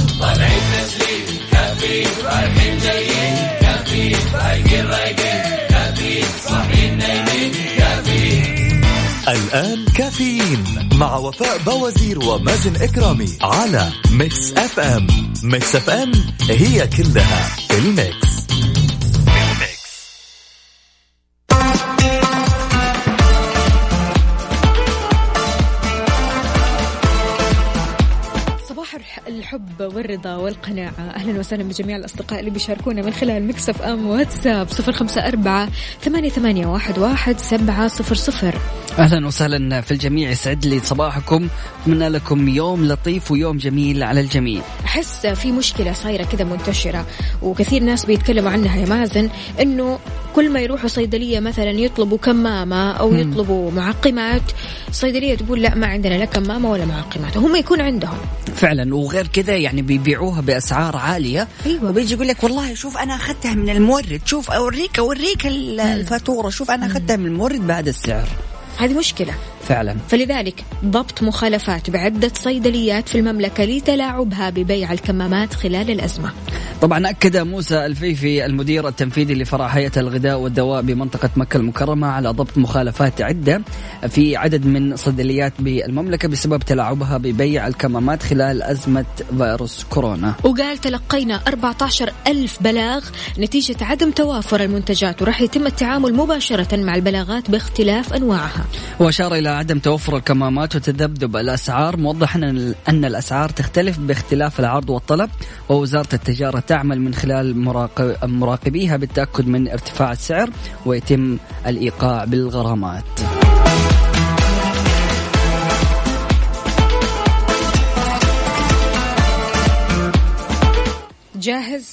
S3: الآن كافيين مع وفاء بوازير ومازن إكرامي على ميكس أف أم ميكس أف أم هي كلها في الميكس
S4: صباح الح- الحب والرضا والقناعة أهلا وسهلا بجميع الأصدقاء اللي بيشاركونا من خلال مكسف أم واتساب صفر خمسة أربعة ثمانية, ثمانية واحد, واحد سبعة صفر صفر
S5: اهلا وسهلا في الجميع يسعد لي صباحكم اتمنى لكم يوم لطيف ويوم جميل على الجميع
S4: أحس في مشكلة صايرة كذا منتشرة وكثير ناس بيتكلموا عنها يا مازن إنه كل ما يروحوا صيدلية مثلا يطلبوا كمامة أو يطلبوا معقمات صيدلية تقول لا ما عندنا لا كمامة ولا معقمات وهم يكون عندهم
S5: فعلا وغير كذا يعني بيبيعوها باسعار عاليه
S4: أيوة.
S5: وبيجي يقول لك والله شوف انا اخذتها من المورد شوف اوريك اوريك ال- الفاتوره شوف انا اخذتها من المورد بهذا السعر
S4: هذه مشكلة
S5: فعلا
S4: فلذلك ضبط مخالفات بعدة صيدليات في المملكة لتلاعبها ببيع الكمامات خلال الأزمة
S5: طبعا اكد موسى الفيفي المدير التنفيذي لفرع هيئه الغذاء والدواء بمنطقه مكه المكرمه على ضبط مخالفات عده في عدد من صيدليات بالمملكه بسبب تلاعبها ببيع الكمامات خلال ازمه فيروس كورونا.
S4: وقال تلقينا 14 ألف بلاغ نتيجة عدم توافر المنتجات وراح يتم التعامل مباشرة مع البلاغات باختلاف أنواعها
S5: واشار الى عدم توفر الكمامات وتذبذب الاسعار موضحا ان أن الاسعار تختلف باختلاف العرض والطلب ووزاره التجاره تعمل من خلال مراقب- مراقبيها بالتاكد من ارتفاع السعر ويتم الايقاع بالغرامات.
S4: جاهز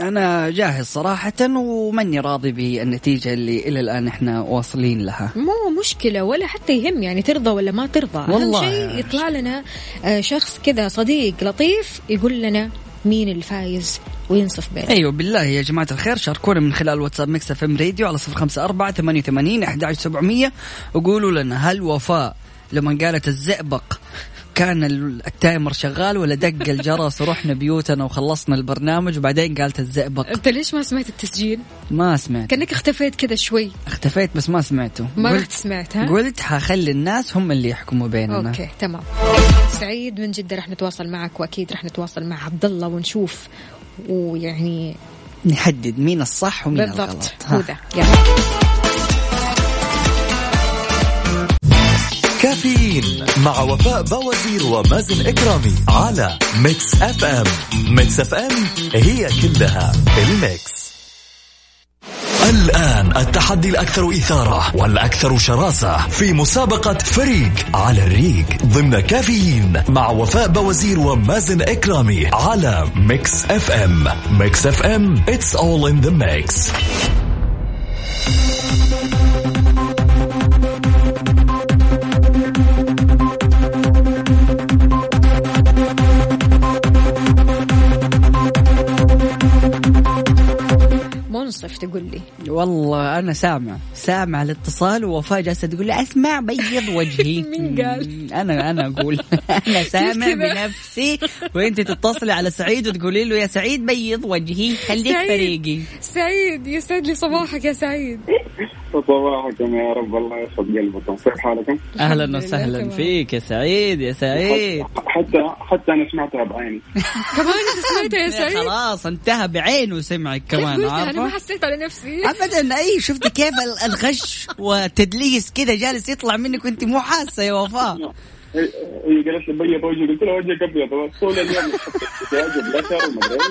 S5: انا جاهز صراحه وماني راضي بالنتيجه اللي الى الان احنا واصلين لها
S4: مو مشكلة ولا حتى يهم يعني ترضى ولا ما ترضى
S5: والله
S4: أهم
S5: يا
S4: شيء يطلع لنا آه، شخص كذا صديق لطيف يقول لنا مين الفايز وينصف بيننا
S5: ايوه بالله يا جماعه الخير شاركونا من خلال واتساب ميكس اف ام راديو على 054 88 11700 وقولوا لنا هل وفاء لما قالت الزئبق كان ال- التايمر شغال ولا دق الجرس ورحنا بيوتنا وخلصنا البرنامج وبعدين قالت الزئبق
S4: انت ليش ما سمعت التسجيل؟
S5: ما سمعت
S4: كانك اختفيت كذا شوي
S5: اختفيت بس ما سمعته
S4: ما رحت
S5: قلت
S4: سمعت ها؟
S5: قلت حخلي الناس هم اللي يحكموا بيننا
S4: اوكي تمام سعيد من جده رح نتواصل معك واكيد رح نتواصل مع عبد الله ونشوف ويعني
S5: نحدد مين الصح ومين
S4: بالضبط
S5: الغلط ها.
S4: هو ذا يلا.
S3: كافيين مع وفاء بوازير ومازن اكرامي على ميكس اف ام ميكس اف ام هي كلها الميكس الآن التحدي الأكثر إثارة والأكثر شراسة في مسابقة فريق على الريق ضمن كافيين مع وفاء بوازير ومازن إكرامي على ميكس أف أم ميكس أف أم It's all in the mix
S4: منصف تقول لي
S5: والله انا سامع سامع الاتصال ووفاء جالسه تقول لي اسمع بيض وجهي
S4: (laughs) مين قال؟
S5: انا انا
S4: (laughs)
S5: اقول انا سامع
S4: كيف كذا؟
S5: بنفسي وانت تتصلي على سعيد وتقولي له يا سعيد بيض وجهي خليك
S4: سعيد.
S5: فريقي
S4: سعيد يسعد لي صباحك يا
S5: (laughs)
S4: سعيد
S6: صباحكم يا رب الله يسعد قلبكم كيف حالكم؟
S4: الحمد
S5: اهلا
S4: لله،
S5: وسهلا
S4: تمام.
S5: فيك يا سعيد يا سعيد
S6: حتى حتى انا سمعتها بعيني
S4: كمان انت سمعتها يا سعيد
S5: خلاص انتهى بعينه وسمعك
S4: كيف
S5: كمان
S4: قلتها انا ما
S5: عارفه
S4: حسيت على نفسي
S5: ابدا اي شفت كيف ال- الغش والتدليس كذا جالس يطلع منك وانت مو حاسه يا وفاء
S6: هي هي قالت لي بيض وجهي قلت لها وجهك ابيض طول اليوم (laughs) يحط احتياج وبلشر ومدري إيش.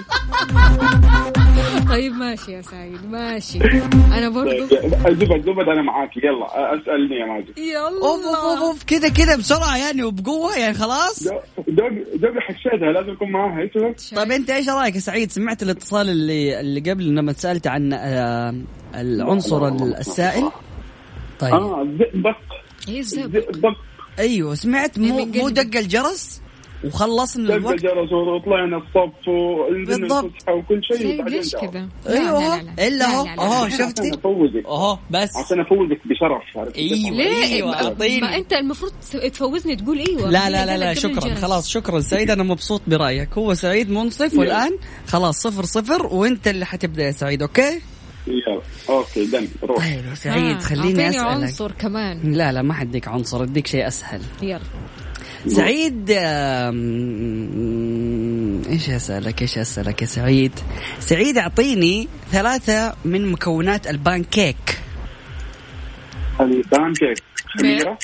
S4: طيب ماشي يا سعيد
S5: (laughs)
S4: ماشي انا برضو
S6: طيب، زبد زبد انا معاك يلا اسالني يا ماجد
S4: يا
S5: اوف اوف أوف،
S4: الله
S5: اوف كذا كذا بسرعه يعني وبقوه يعني خلاص
S6: دوبي دوبي حشيتها لازم اكون معاها ايش هو؟
S5: طيب انت ايش رايك يا سعيد سمعت الاتصال اللي اللي قبل لما سالت عن آه، العنصر السائل طيب
S6: اه زئبق
S4: ايه الزب
S6: زئبق
S5: ايوه سمعت مو
S4: من قلبي.
S5: مو دق الجرس وخلصنا
S6: دق
S5: الوقت
S6: الجرس وطلعنا الصف ونزلنا
S5: بالضبط.
S6: الفسحه وكل شيء
S4: سعيد
S6: وبعدين
S4: ليش
S6: جاء.
S4: كذا؟ لا،
S5: ايوه
S4: لا،
S5: اهو.
S4: لا، لا.
S5: الا
S4: لا،
S5: اهو
S4: لا، لا.
S5: اهو
S6: عشان
S5: شفتي
S6: افوزك
S5: اهو بس
S6: عشان افوزك بشرف عرفت كيف؟
S5: ايوه
S4: ليه؟
S5: ايوه
S4: ما, ما
S5: اعطيني
S4: انت المفروض تس- تفوزني تقول ايوه
S5: لا لا
S4: هي
S5: لا لا
S4: قالت قبل
S5: شكرا
S4: الجرس.
S5: خلاص شكرا سعيد انا مبسوط برايك هو سعيد منصف والان خلاص صفر صفر وانت اللي حتبدا يا سعيد اوكي
S6: يلا اوكي دن روح
S5: طيب يا سعيد
S4: آه،
S5: خليني
S4: أعطيني
S5: اسالك
S4: عنصر كمان
S5: لا لا ما حديك عنصر اديك شيء اسهل
S4: يلا
S5: سعيد آم، ايش اسالك ايش اسالك يا سعيد سعيد اعطيني ثلاثة من مكونات البانكيك
S6: البان كيك خميره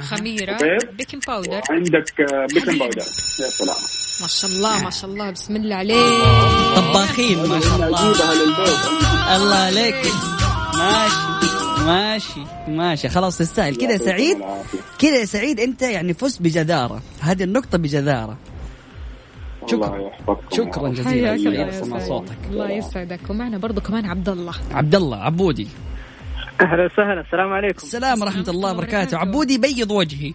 S4: خميرة
S6: وبيض.
S9: طيب.
S4: بيكنج باودر
S6: وعندك آه، بيكنج باودر يا سلام
S4: ما شاء الله ما شاء الله بسم الله عليك
S5: طباخين ما شاء الله
S6: اجيبها للبيت
S5: الله عليك ماشي ماشي ماشي خلاص تستاهل كذا يا سعيد كذا يا سعيد انت يعني فزت بجدارة هذه النقطة بجدارة شكراً.
S6: الله يحفظكم
S5: شكرا
S6: يا رب.
S5: جزيلا
S6: حياك الله
S5: سعيد
S6: يا
S5: سمع
S6: سعيد.
S5: صوتك
S4: الله يسعدك ومعنا برضو كمان عبد الله
S5: عبد الله عبودي
S8: اهلا وسهلا السلام عليكم
S5: السلام ورحمة الله وبركاته عبودي بيض وجهي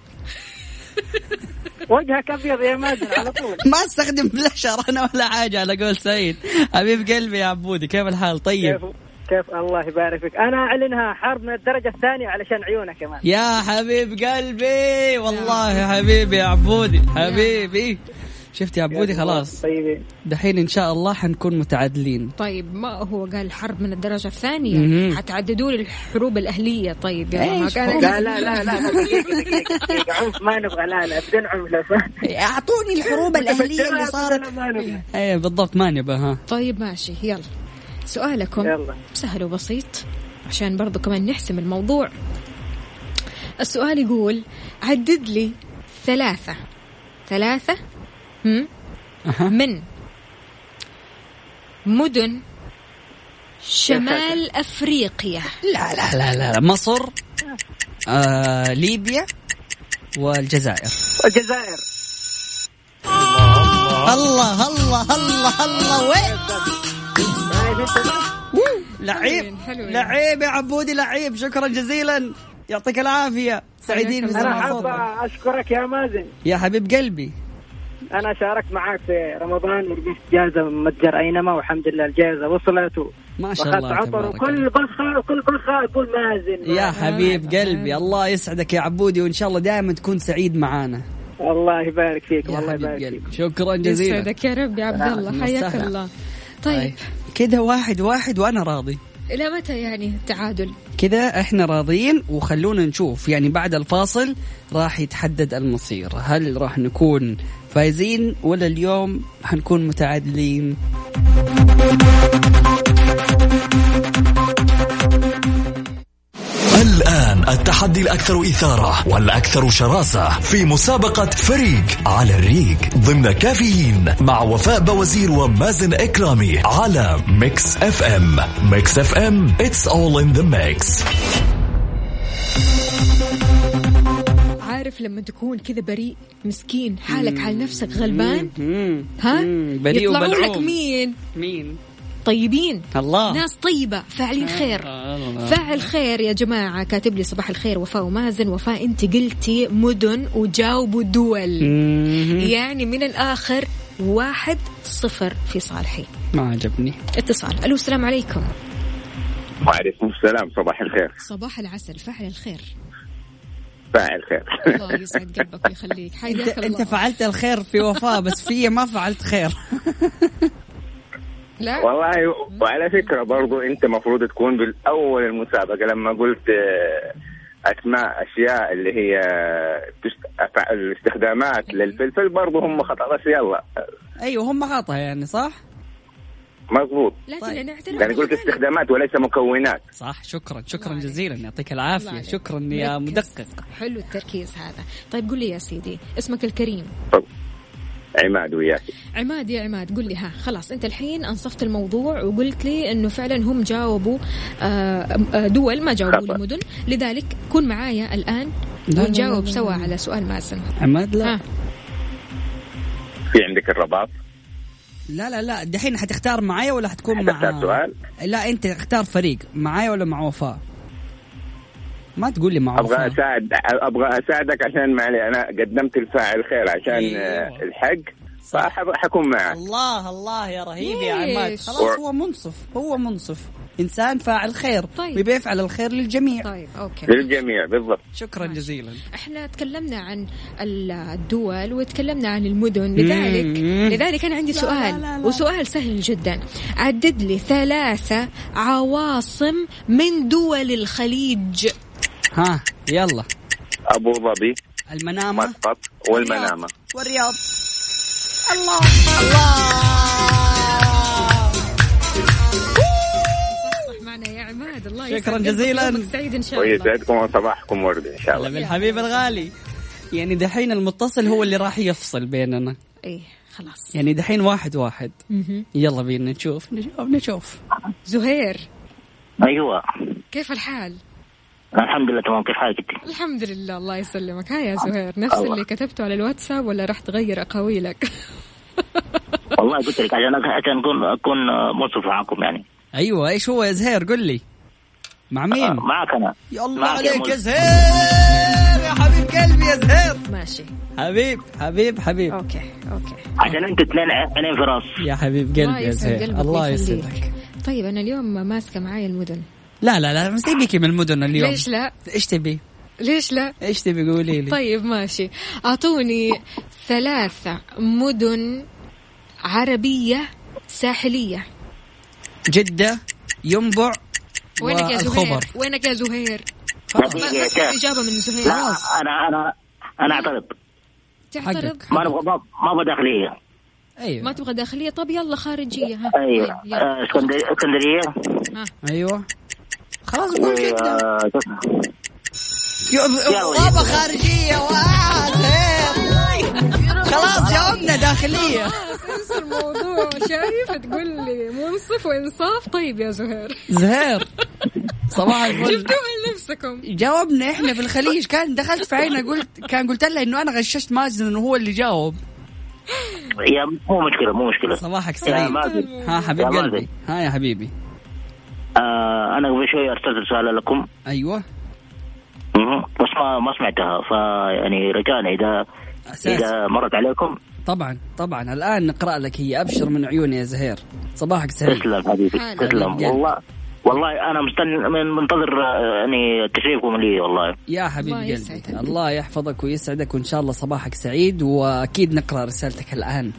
S8: وجهك ابيض يا مازن على طول
S5: ما استخدم بلاشر انا ولا حاجه على قول سعيد حبيب قلبي يا عبودي كيف الحال طيب
S8: كيف-
S9: كيف الله يبارك فيك انا اعلنها حرب من الدرجه الثانيه علشان عيونك كمان
S7: يا حبيب قلبي والله يا حبيبي يا عبودي حبيبي شفت يا عبودي خلاص
S9: طيبين
S7: دحين ان شاء الله حنكون متعادلين
S4: طيب ما هو قال حرب من الدرجة
S7: مهم.
S4: الثانية حتعددوا لي الحروب الأهلية طيب يا ما
S7: إيش
S4: كان-
S9: لا لا لا لا دقيقة، دقيقة، دقيقة. عنف ما نبغى لا لا بدون عنف لو سمحت.
S7: اعطوني الحروب الاهليه اللي صارت اي إيه، بالضبط ما نبى ها
S4: طيب ماشي يلا سؤالكم
S9: يلا.
S4: سهل وبسيط عشان برضو كمان نحسم الموضوع السؤال يقول عدد لي ثلاثة ثلاثة هم؟
S7: أها.
S4: من مدن شمال أفريقيا
S7: لا لا لا لا, لا. مصر آه، ليبيا والجزائر
S9: الجزائر
S7: الله الله الله الله وين لعيب
S4: حلوين، حلوين.
S7: لعيب يا عبودي لعيب شكرا جزيلا يعطيك العافيه سعيدين
S4: حياك الله.
S7: بسماع
S9: انا
S7: صوتك.
S9: حابة اشكرك يا مازن
S7: يا حبيب قلبي
S9: انا شاركت معاك في رمضان وربحت جائزه من متجر اينما والحمد لله الجائزه وصلت و-
S7: ما شاء
S9: واخذت
S7: الله
S9: عطر
S7: تبارك الله.
S9: وكل بخه وكل بخه اقول مازن
S7: يا حبيب قلبي الله يسعدك يا عبودي وان شاء الله دائما تكون سعيد معانا
S9: الله يبارك فيك
S7: يا
S9: والله
S7: حبيب
S9: يبارك فيك
S7: قلبي شكرا جزيلا
S4: يسعدك يا رب يا عبد الله حياك
S7: مستاهلة.
S4: الله طيب
S7: كذا واحد واحد وانا راضي
S4: إلى متى يعني تعادل
S7: كذا احنا راضيين وخلونا نشوف يعني بعد الفاصل راح يتحدد المصير هل راح نكون فايزين ولا اليوم حنكون متعادلين
S3: الآن التحدي الأكثر إثارة والأكثر شراسة في مسابقة فريق على الريق ضمن كافيين مع وفاء بوزير ومازن إكرامي على ميكس أف أم ميكس أف أم It's all in the mix
S4: عارف لما تكون كذا بريء مسكين حالك حال نفسك غلبان ها
S7: مم، بريء
S4: يطلعوا لك
S7: وبلعوم.
S4: مين
S7: مين
S4: طيبين
S7: الله
S4: ناس طيبة فاعلين
S7: آه.
S4: خير
S7: الله.
S4: فاعل خير يا جماعة كاتب لي صباح الخير وفاء ومازن وفاء انت قلتي مدن وجاوبوا دول
S7: مم.
S4: يعني من الآخر واحد صفر في صالحي
S7: ما عجبني
S4: اتصال ألو السلام عليكم
S6: وعليكم السلام صباح الخير
S4: صباح العسل فاعل الخير
S6: فاعل خير
S4: الله يسعد قلبك ويخليك
S7: انت,
S4: حياك
S7: انت
S4: الله
S7: فعلت الخير في وفاء بس في ما فعلت خير (laughs)
S4: لا
S6: والله وعلى فكره برضو انت المفروض تكون بالاول المسابقه لما قلت آه، اسماء اشياء اللي هي آه، تست- أفع- الاستخدامات للفلفل برضو هم خطا بس يلا
S7: ايوه هم غلطها يعني صح
S6: مظبوط
S4: لا
S7: طيب.
S4: ترى نعترف
S6: يعني قلت
S4: بالغلط.
S6: استخدامات وليس مكونات
S7: صح شكرا شكرا
S4: الله عليك.
S7: جزيلا يعطيك
S4: الله
S7: العافيه
S4: عليك.
S7: شكرا يا
S4: مركز.
S7: مدقق
S4: حلو التركيز هذا طيب قل لي يا سيدي اسمك الكريم
S6: طب عماد وياك
S4: عماد يا عماد قل لي ها خلاص انت الحين انصفت الموضوع وقلت لي انه فعلا هم جاوبوا آه، آه، دول ما جاوبوا
S6: خطأ.
S4: المدن لذلك كن معايا الان
S7: لا، لا،
S4: ونجاوب
S7: لا،
S4: سوا على سؤال مازن
S7: عماد لا
S4: ها
S6: في عندك الرباط
S7: لا لا لا دحين حتختار معايا ولا حتكون مع
S6: حتختار سؤال؟
S7: لا انت اختار فريق معايا ولا مع وفاء ما تقول لي مع
S6: ابغى
S7: وفاء
S6: اساعد ابغى اساعدك عشان معلي انا قدمت الفاعل خير عشان آه،
S7: أيوة.
S6: الحق
S7: صح.
S6: فحكون معك
S7: الله الله يا رهيب يا
S4: ليش؟
S7: عماد خلاص هو منصف هو منصف انسان فاعل خير
S4: طيب.
S7: ويبي يفعل الخير للجميع
S4: طيب اوكي
S6: للجميع بالضبط
S7: شكرا جزيلا
S4: احنا تكلمنا عن ال- الدول وتكلمنا عن المدن لذلك
S7: مم.
S4: لذلك انا عندي سؤال وسؤال سهل جدا عدد لي ثلاثة عواصم من دول الخليج
S7: ها يلا
S6: ابو ظبي
S7: المنامة
S6: مسقط والمنامه
S7: والرياض الله الله
S4: صح معنا يا عماد الله يسعدك.
S7: شكراا جزيلا.
S4: يومك سعيد ان شاء الله
S6: ويسعدكم وصباحكم ورد ان شاء
S7: هلا
S6: الله
S7: بالحبيب الغالي يعني دحين المتصل هو اللي راح يفصل بيننا
S4: ايه خلاص
S7: يعني دحين واحد واحد
S4: مهم.
S7: يلا بينا نشوف نشوف نشوف
S4: زهير
S9: ايوه
S4: كيف الحال؟
S9: الحمد لله تمام كيف حالك
S4: الحمد لله الله يسلمك هاي يا زهير نفس اللي كتبته على الواتساب ولا راح تغير اقاويلك؟
S9: والله قلت لك عشان عشان اكون اكون منصف معاكم يعني
S7: ايوه ايش هو يا زهير قل لي مع
S5: إيه؟
S4: آه،
S7: مين
S9: معك انا
S7: يا الله
S9: معك يا
S7: عليك يا
S9: مولد.
S7: زهير يا حبيب قلبي يا زهير
S4: ماشي
S7: حبيب حبيب
S4: آه.
S7: حبيب
S4: اوكي اوكي
S9: عشان انتوا اثنين عينين في راس
S7: يا حبيب قلبي يا
S4: يسعد
S7: زهير
S4: قلبك
S7: الله
S4: ويخليك.
S7: يسعدك
S4: طيب أنا اليوم ماسكة معاي المدن
S5: لا لا لا مش تبيكي من المدن اليوم
S4: ليش لا؟
S5: ايش تبي؟
S4: ليش لا؟
S5: ايش تبي قولي لي؟
S4: طيب ماشي أعطوني ثلاثة مدن عربية ساحلية
S5: جدة ينبع
S4: وينك يا زهير؟
S5: والخبر
S4: وينك يا زهير؟
S10: ما في
S4: ما- بس
S10: كيف.
S4: إجابة من
S10: لا
S4: زهير
S10: انا انا انا اعترض
S4: تعترض
S10: ما نبغى ما ما ابغى داخليه
S4: ما
S5: ايوه
S4: تبغى داخلية طب يلا خارجية ها
S10: ايوه
S4: طيب، يلا.
S10: آه، اسكندريه اسكندريه
S5: ايوه خلاص
S10: و-
S5: قول جدة
S10: آه، يلا.
S5: بابا خارجية واحد خلاص جاوبنا داخلية
S4: انسى الموضوع شايف تقول لي منصف وانصاف طيب يا زهير
S5: (laughs) زهير صباح الفل
S4: جبتوها لنفسكم
S5: جاوبنا احنا في الخليج كان دخلت في عينه قلت كان قلت لها انه انا غششت مازن انه هو اللي جاوب
S10: يا مو مشكله مو مشكله
S5: صباحك
S10: يا
S5: سعيد
S10: مازن
S5: ها حبيب
S10: يا مازن.
S5: قلبي ها يا حبيبي
S10: آه، انا قبل شوي ارسلت رساله لكم
S5: ايوه
S10: مهم. بس ما ما سمعتها يعني فيعني رجاء اذا
S5: اساس
S10: اذا مرت عليكم
S5: طبعا طبعا الان نقرا لك هي ابشر من عيوني يا زهير صباحك سعيد
S10: تسلم حبيبي
S4: حلو.
S10: تسلم
S5: حبيبي.
S10: والله والله انا مستني من منتظر آه، يعني تشريفكم لي والله
S5: يا حبيب
S4: الله
S5: قلبي
S4: يسعدك.
S5: الله يحفظك ويسعدك وان شاء الله صباحك سعيد واكيد نقرا رسالتك الان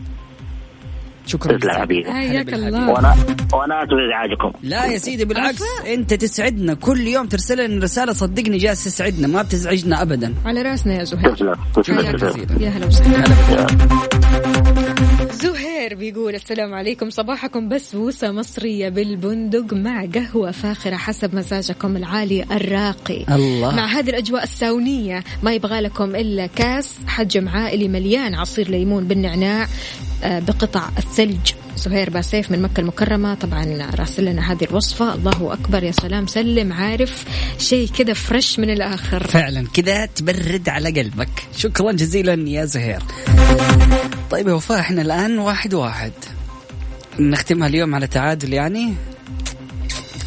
S5: شكرا
S10: تسلم
S5: جزيلا.
S10: حبيبي
S4: حياك
S5: بالحبيب.
S4: الله
S10: وانا وانا اسف ازعاجكم
S5: لا يا سيدي بالعكس انت تسعدنا كل يوم ترسل لنا رساله صدقني جالس تسعدنا ما بتزعجنا ابدا
S4: على راسنا يا زهير
S10: تسلم تسلم
S5: شكرا
S10: تسلم
S5: جزيلا
S4: يا هلا وسهلا زهير بيقول السلام عليكم صباحكم بسبوسة مصرية بالبندق مع قهوة فاخرة حسب مزاجكم العالي الراقي
S5: الله.
S4: مع هذه الأجواء الساونية ما يبغى لكم إلا كاس حجم عائلي مليان عصير ليمون بالنعناع آه، بقطع الثلج زهير باسيف من مكة المكرمة طبعا راسل لنا هذه الوصفة الله أكبر يا سلام سلم عارف شيء كذا فريش من الآخر
S5: فعلا كذا تبرد على قلبك شكرا جزيلا يا زهير طيب يا وفاء احنا الان واحد واحد نختمها اليوم على تعادل يعني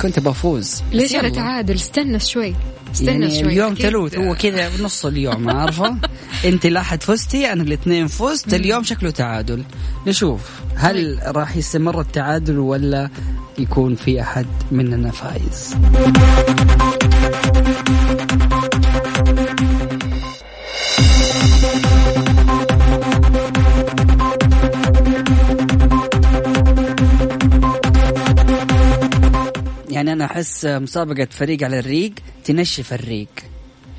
S5: كنت بفوز بس
S4: ليش على
S5: يلا.
S4: تعادل استنى شوي استنى
S5: يعني
S4: شوي
S5: اليوم
S4: أكيد.
S5: تلوت هو كذا نص اليوم
S4: (laughs)
S5: عارفه انت لا احد فزتي انا الاثنين فزت اليوم شكله تعادل نشوف هل
S4: طيب.
S5: راح يستمر التعادل ولا يكون في احد مننا فايز يعني انا احس مسابقه فريق على الريق تنشف الريق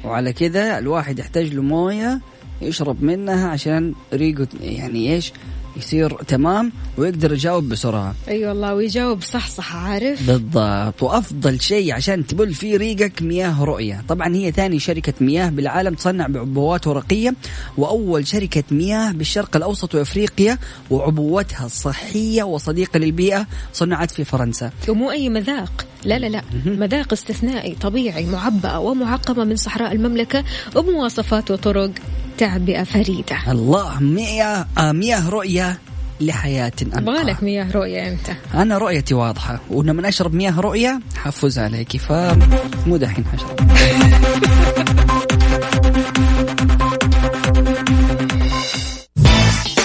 S5: وعلى كذا الواحد يحتاج له مويه يشرب منها عشان ريقه يعني ايش يصير تمام ويقدر يجاوب بسرعه
S4: اي أيوة والله ويجاوب صح صح عارف
S5: بالضبط وافضل شيء عشان تبل في ريقك مياه رؤيه طبعا هي ثاني شركه مياه بالعالم تصنع بعبوات ورقيه واول شركه مياه بالشرق الاوسط وافريقيا وعبوتها صحيه وصديقه للبيئه صنعت في فرنسا
S4: ومو اي مذاق لا لا لا مذاق استثنائي طبيعي معبأة ومعقمة من صحراء المملكة وبمواصفات وطرق تعبئة فريدة
S5: الله مياه آه مياه رؤيه لحياه انقى
S4: يبغالك مياه رؤية انت
S5: انا رؤيتي واضحه ولما اشرب مياه رؤيه حفوز عليكي فمو دحين حشرب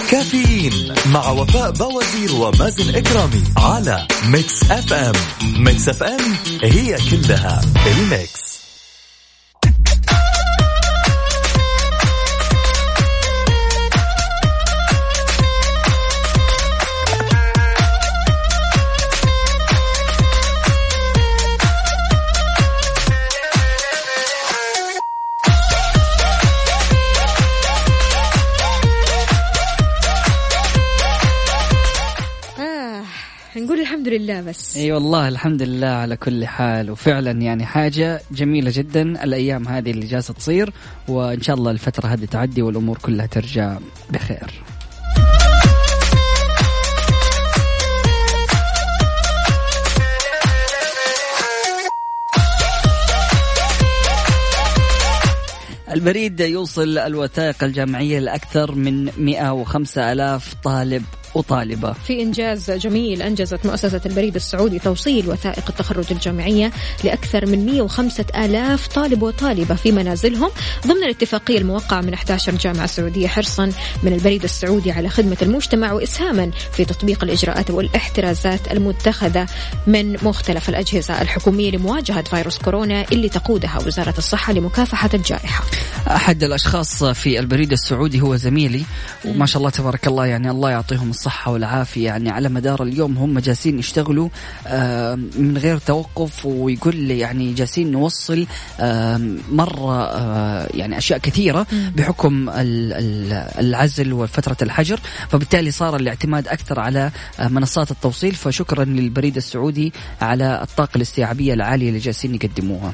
S3: كافيين مع وفاء بوازير ومازن اكرامي على ميكس اف ام ميكس اف ام هي كلها الميكس
S4: آه نقول الحمد لله بس
S5: اي والله الحمد لله على كل حال وفعلا يعني حاجه جميله جدا الايام هذه اللي جالسه تصير وان شاء الله الفتره هذه تعدي والامور كلها ترجع بخير البريد يوصل الوثائق الجامعية لأكثر من 105 ألاف طالب
S7: وطالبة
S4: في إنجاز جميل أنجزت مؤسسة البريد السعودي توصيل وثائق التخرج الجامعية لأكثر من 105 آلاف طالب وطالبة في منازلهم ضمن الاتفاقية الموقعة من 11 جامعة سعودية حرصا من البريد السعودي على خدمة المجتمع وإسهاما في تطبيق الإجراءات والاحترازات المتخذة من مختلف الأجهزة الحكومية لمواجهة فيروس كورونا اللي تقودها وزارة الصحة لمكافحة الجائحة
S5: احد الاشخاص في البريد السعودي هو زميلي وما شاء الله تبارك الله يعني الله يعطيهم الصحه والعافيه يعني على مدار اليوم هم جالسين يشتغلوا آم، من غير توقف ويقول لي يعني جالسين نوصل آم، مره آه، يعني اشياء كثيره بحكم ال- ال- العزل وفتره الحجر فبالتالي صار الاعتماد اكثر على آه، منصات التوصيل فشكرا للبريد السعودي على الطاقه الاستيعابيه العاليه اللي جالسين يقدموها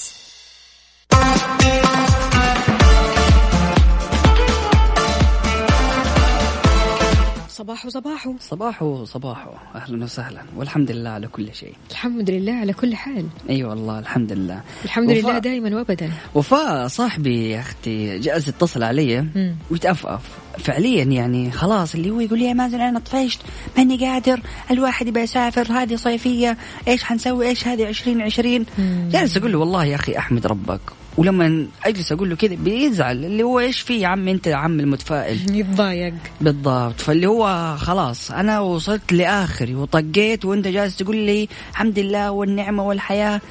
S4: صباح وصباح
S5: صباحو صباحو اهلا وسهلا والحمد لله على كل شيء
S4: الحمد لله على كل حال
S5: اي أيوة والله الحمد لله
S4: الحمد
S5: وفاء-
S4: لله دائما وابدا
S5: وفاء صاحبي يا اختي جالس يتصل علي
S4: مم.
S5: ويتأفأف فعليا يعني خلاص اللي هو يقول لي يا مازن انا طفشت ماني قادر الواحد يبي يسافر هذه صيفيه ايش حنسوي ايش هذه 2020 جالس اقول له والله يا اخي احمد ربك ولما اجلس اقول له كذا بيزعل اللي هو ايش في يا عم انت يا عم المتفائل
S4: يتضايق
S5: بالضبط فاللي هو خلاص انا وصلت لاخري وطقيت وانت جالس تقول لي الحمد لله والنعمه والحياه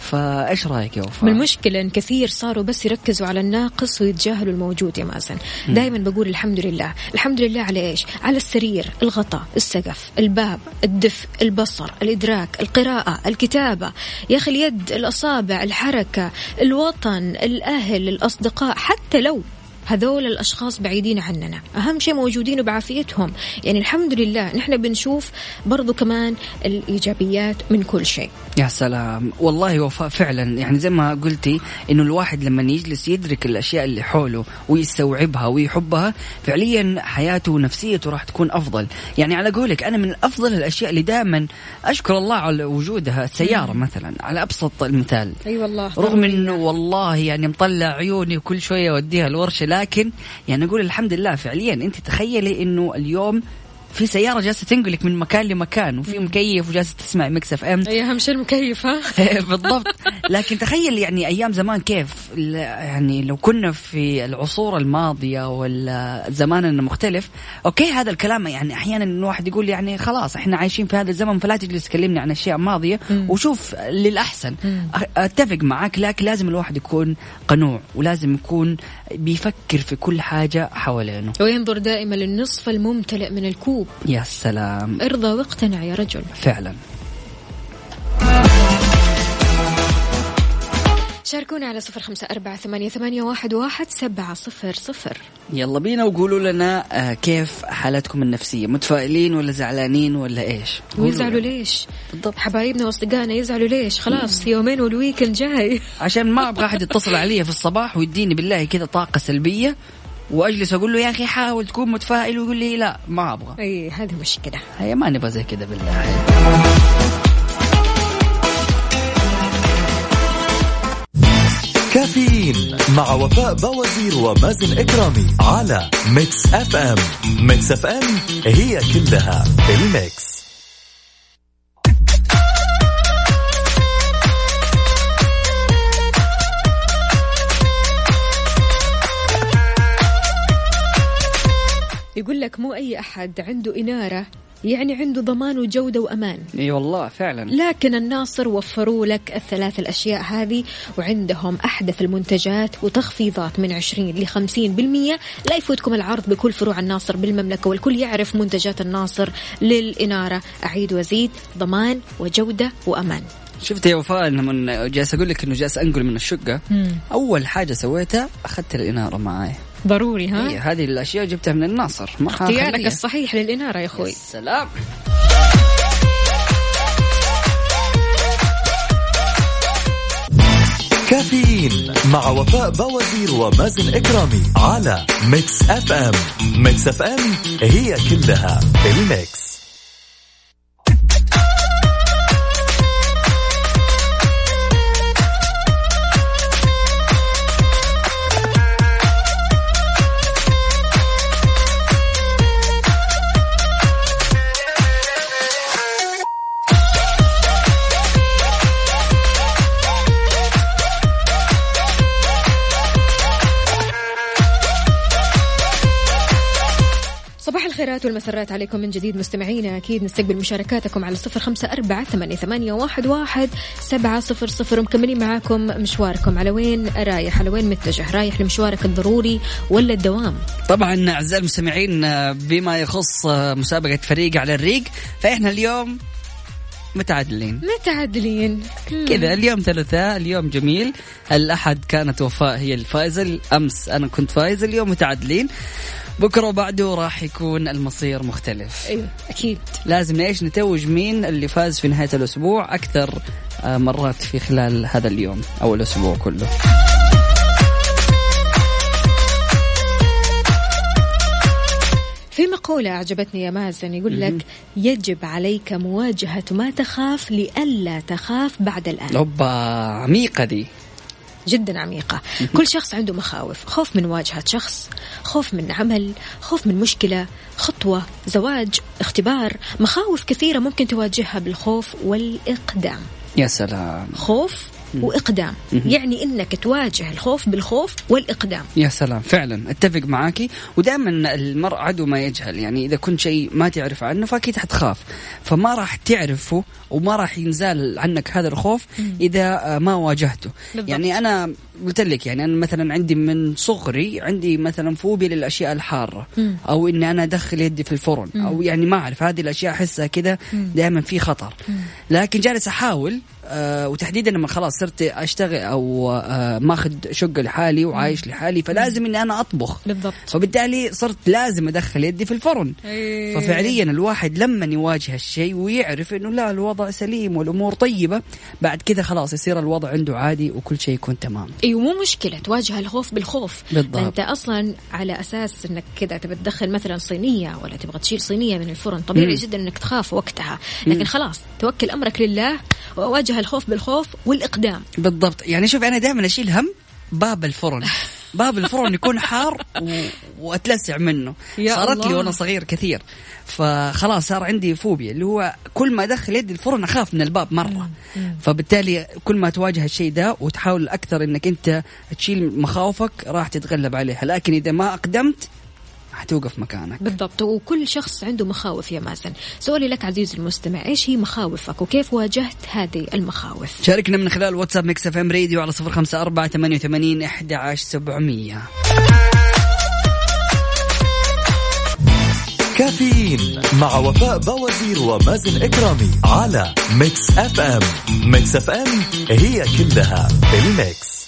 S5: فايش رايك يا
S4: ما
S5: وفاء؟
S4: المشكلة إن كثير صاروا بس يركزوا على الناقص ويتجاهلوا الموجود يا مازن دائما بقول الحمد لله الحمد لله على إيش على السرير الغطاء السقف الباب الدفء البصر الإدراك القراءة الكتابة يا أخي اليد الأصابع الحركة الوطن الأهل الأصدقاء حتى لو هذول الأشخاص بعيدين عننا أهم شيء موجودين بعافيتهم يعني الحمد لله نحن بنشوف برضو كمان الإيجابيات من كل شيء
S5: يا سلام والله وفاء فعلا يعني زي ما قلتي انه الواحد لما يجلس يدرك الاشياء اللي حوله ويستوعبها ويحبها فعليا حياته ونفسيته راح تكون افضل يعني على قولك انا من افضل الاشياء اللي دائما اشكر الله على وجودها السياره مثلا على ابسط المثال
S4: أي أيوة والله
S5: رغم انه والله يعني مطلع عيوني كل شويه اوديها الورشه لكن يعني اقول الحمد لله فعليا انت تخيلي انه اليوم في سياره جالسه تنقلك من مكان لمكان وفي مكيف وجالسه تسمع ميكس اف ام
S4: أي أهم شيء المكيف ها
S5: (laughs) بالضبط لكن تخيل يعني ايام زمان كيف ل- يعني لو كنا في العصور الماضيه ولا زماننا مختلف اوكي هذا الكلام يعني احيانا الواحد يقول يعني خلاص احنا عايشين في هذا الزمن فلا تجلس تكلمني عن اشياء ماضيه وشوف للاحسن أ- اتفق معك لكن لازم الواحد يكون قنوع ولازم يكون بيفكر في كل حاجه حوالينه
S4: وينظر دائما للنصف الممتلئ من الكوب
S5: يا سلام
S4: ارضى واقتنع يا رجل
S5: فعلا
S4: شاركونا على صفر خمسة أربعة ثمانية, ثمانية واحد, واحد سبعة صفر صفر
S5: يلا بينا وقولوا لنا آه، كيف حالتكم النفسية متفائلين ولا زعلانين ولا إيش قولوا
S4: ويزعلوا
S5: لنا.
S4: ليش بالضبط حبايبنا واصدقائنا يزعلوا ليش خلاص يومين والويكند (laughs) جاي
S5: عشان ما أبغى أحد يتصل علي في الصباح ويديني بالله كذا طاقة سلبية وأجلس أقول له يا أخي حاول تكون متفائل ويقول لي لا ما أبغى
S4: اي هذه مشكلة
S5: هي ما نبغى زي كذا بالله
S3: كافيين مع وفاء بوازير ومازن اكرامي على ميكس اف ام ميكس اف ام هي كلها الميكس
S4: يقول لك مو أي أحد عنده إنارة يعني عنده ضمان وجودة وأمان
S5: إي والله فعلا
S4: لكن الناصر وفروا لك الثلاث الأشياء هذه وعندهم أحدث المنتجات وتخفيضات من 20 ل 50% لا يفوتكم العرض بكل فروع الناصر بالمملكة والكل يعرف منتجات الناصر للإنارة أعيد وزيد ضمان وجودة وأمان
S5: شفت يا وفاء لما جالس أقول لك إنه جالس أنقل من الشقة أول حاجة سويتها أخذت الإنارة معاي
S4: ضروري
S5: هي هذه الأشياء جبتها من الناصر ما
S4: اختيارك
S5: خليها.
S4: الصحيح للإنارة يا أخوي
S5: سلام
S3: كافيين مع وفاء بوازير ومازن اكرامي على ميكس اف ام ميكس اف ام هي كلها الميكس
S4: صباح الخيرات والمسرات عليكم من جديد مستمعينا أكيد نستقبل مشاركاتكم على صفر خمسة أربعة ثمانية واحد سبعة صفر صفر مكملين معاكم مشواركم على وين رايح على وين متجه رايح لمشوارك الضروري ولا الدوام
S5: طبعا اعزائي المستمعين آه، بما يخص آه، مسابقه فريق على الريق فاحنا اليوم متعادلين
S4: متعادلين مم.
S5: كذا اليوم ثلاثاء اليوم جميل الاحد كانت وفاء هي الفائزه امس انا كنت فايز اليوم متعادلين بكره وبعده راح يكون المصير مختلف
S4: أيوة أكيد
S5: لازم ايش نتوج مين اللي فاز في نهايه الاسبوع اكثر آه، مرات في خلال هذا اليوم او الاسبوع كله
S4: في مقولة أعجبتني يا مازن يقول لك يجب عليك مواجهة ما تخاف لئلا تخاف بعد الآن
S5: اوبا عميقه دي
S4: جدا عميقة كل شخص عنده مخاوف خوف من مواجهة شخص خوف من عمل خوف من مشكلة خطوة زواج اختبار مخاوف كثيرة ممكن تواجهها بالخوف والإقدام
S5: يا سلام
S4: خوف وإقدام يعني أنك تواجه الخوف بالخوف والإقدام
S5: يا سلام فعلا اتفق معاكي ودائما المرء عدو ما يجهل يعني اذا كنت شيء ما تعرف عنه فاكيد حتخاف فما راح تعرفه وما راح ينزال عنك هذا الخوف اذا آه، ما واجهته
S4: بالضبط.
S5: يعني انا قلت لك يعني انا مثلا عندي من صغري عندي مثلا فوبيا للاشياء الحاره او اني انا ادخل يدي في الفرن او يعني ما اعرف هذه الاشياء احسها كذا دائما في خطر لكن جالس احاول آه، وتحديدا لما خلاص صرت اشتغل او آه، ماخذ شقه لحالي وعايش لحالي فلازم اني انا اطبخ
S4: بالضبط.
S5: فبالتالي صرت لازم ادخل يدي في الفرن
S4: إيه.
S5: ففعليا الواحد لما يواجه الشيء ويعرف انه لا الوضع سليم والامور طيبه بعد كذا خلاص يصير الوضع عنده عادي وكل شيء يكون تمام
S4: ايوه مو مشكله تواجه الخوف بالخوف
S5: بالضبط.
S4: فانت اصلا على اساس انك كذا تبي تدخل مثلا صينيه ولا تبغى تشيل صينيه من الفرن طبيعي جدا انك تخاف وقتها لكن خلاص توكل امرك لله وواجه الخوف بالخوف والاقدام
S5: بالضبط يعني شوف انا دائما اشيل هم
S4: (laughs)
S5: باب الفرن باب الفرن يكون حار و... واتلسع منه
S4: يا
S5: صارت لي
S4: الله.
S5: وانا صغير كثير فخلاص صار عندي فوبيا اللي هو كل ما ادخل يدي الفرن اخاف من الباب مره فبالتالي كل ما تواجه الشيء ده وتحاول اكثر انك انت تشيل مخاوفك راح تتغلب عليها لكن اذا ما اقدمت حتوقف مكانك
S4: بالضبط وكل شخص عنده مخاوف يا مازن سؤالي لك عزيزي المستمع ايش هي مخاوفك وكيف واجهت هذه المخاوف
S5: شاركنا من خلال واتساب ميكس اف ام راديو على صفر خمسة أربعة ثمانية وثمانين أحد عشر سبعمية
S3: كافيين مع وفاء بوازير ومازن اكرامي على ميكس اف ام ميكس اف ام هي كلها الميكس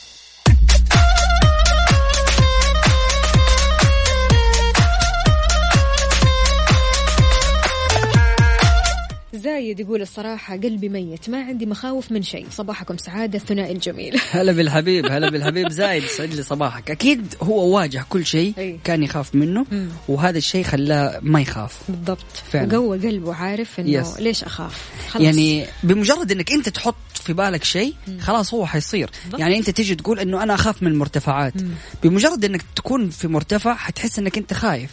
S4: زايد يقول الصراحه قلبي ميت ما عندي مخاوف من شيء صباحكم سعاده الثنائي الجميل
S5: هلا بالحبيب هلا بالحبيب زايد يسعد لي صباحك اكيد هو واجه كل
S4: أي.
S5: شيء كان يخاف منه وهذا الشيء خلاه ما يخاف
S4: بالضبط
S5: فعلاً.
S4: وقوى قلبه عارف انه
S5: Yes.
S4: ليش اخاف خلاص
S5: يعني بمجرد انك انت تحط في بالك شيء خلاص هو حيصير يعني انت تيجي تقول انه انا اخاف من المرتفعات بمجرد انك تكون في مرتفع حتحس انك انت خايف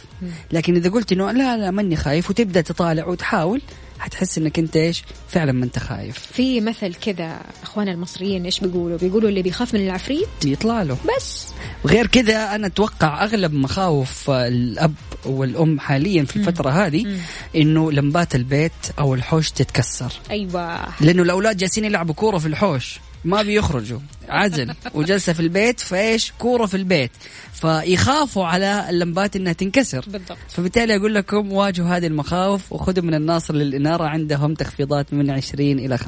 S5: لكن اذا قلت انه لا لا ماني خايف وتبدا تطالع وتحاول حتحس انك انت ايش فعلا ما انت خايف
S4: في مثل كذا اخوانا المصريين ايش بيقولوا؟ بيقولوا اللي بيخاف من العفريت
S5: يطلع له
S4: بس
S5: غير كذا انا اتوقع اغلب مخاوف الاب والام حاليا في الفتره هذه انه لمبات البيت او الحوش تتكسر
S4: ايوه
S5: لانه الاولاد جالسين يلعبوا كوره في الحوش ما بيخرجوا عزل وجلسه في البيت فايش كوره في البيت فيخافوا على اللمبات انها تنكسر
S4: بالضبط.
S5: فبالتالي اقول لكم واجهوا هذه المخاوف وخذوا من الناصر للاناره عندهم تخفيضات من 20 الى 50%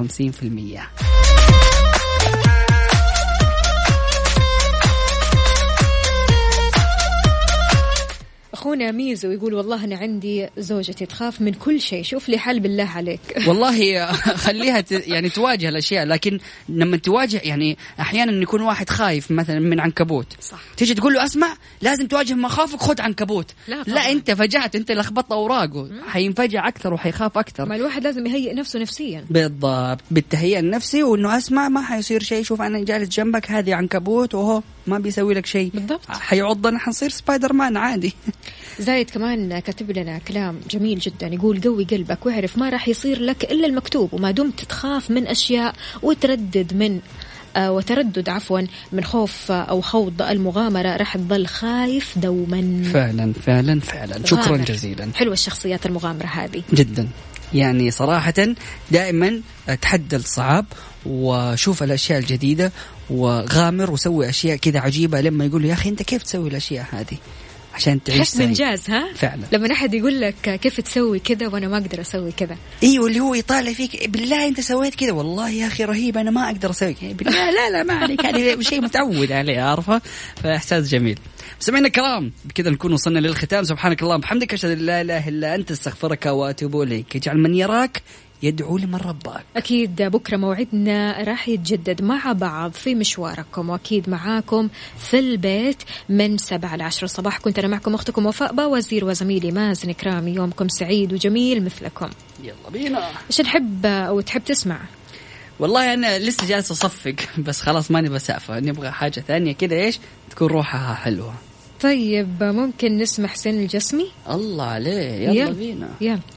S4: اخونا ميزو يقول والله انا عندي زوجتي تخاف من كل شيء شوف لي حل بالله عليك (laughs)
S5: والله خليها ت... يعني تواجه الاشياء لكن لما تواجه يعني احيانا يكون واحد خايف مثلا من عنكبوت
S4: صح.
S5: تيجي تقول له اسمع لازم تواجه مخاوفك خذ عنكبوت
S4: لا
S5: لا,
S4: طبعاً.
S5: انت فجعت انت لخبطت اوراقه حينفجع اكثر وحيخاف
S4: ما
S5: اكثر
S4: الواحد لازم يهيئ نفسه نفسيا
S5: بالضبط بالتهيئه النفسي وانه اسمع ما حيصير شيء شوف انا جالس جنبك هذه عنكبوت وهو ما بيسوي لك شيء
S4: بالضبط.
S5: حيعضنا حنصير سبايدر مان عادي
S4: زايد كمان كاتب لنا كلام جميل جدا يقول قوي قلبك واعرف ما راح يصير لك الا المكتوب وما دمت تخاف من اشياء وتردد من آه، وتردد عفوا من خوف آه، او خوض المغامره راح تظل خايف دوما
S5: فعلا فعلا فعلا شكرا
S4: غامر.
S5: جزيلا
S4: حلوه الشخصيات المغامره هذه
S5: جدا يعني صراحة دائما تحدى الصعاب وشوف الأشياء الجديدة وغامر وسوي أشياء كذا عجيبة لما يقول يا أخي أنت كيف تسوي الأشياء هذه عشان تعيش
S4: حس
S5: سعيد
S4: بانجاز ها
S5: فعلا.
S4: لما احد يقول لك كيف تسوي كذا وانا ما اقدر اسوي كذا
S5: ايوه اللي هو يطالع فيك بالله انت سويت كذا والله يا اخي رهيب انا ما اقدر اسوي كذا بالله لا لا ما عليك هذه (laughs) شيء متعود عليه عارفه فاحساس جميل سمعنا كرام بكذا نكون وصلنا للختام سبحانك اللهم وبحمدك اشهد ان لا اله الا انت استغفرك واتوب اليك اجعل من يراك يدعو لمن رباك
S4: أكيد بكرة موعدنا راح يتجدد مع بعض في مشواركم وأكيد معاكم في البيت من سبعة لعشرة الصباح كنت أنا معكم أختكم وفاء وزير وزميلي مازن كرامي يومكم سعيد وجميل مثلكم
S5: يلا بينا
S4: إيش نحب أو تحب تسمع
S5: والله انا لسه جالس اصفق بس خلاص ماني بسافه نبغى حاجه ثانيه كذا ايش تكون روحها حلوه
S4: طيب ممكن نسمع حسين الجسمي
S5: الله عليه يلا بينا
S4: يلا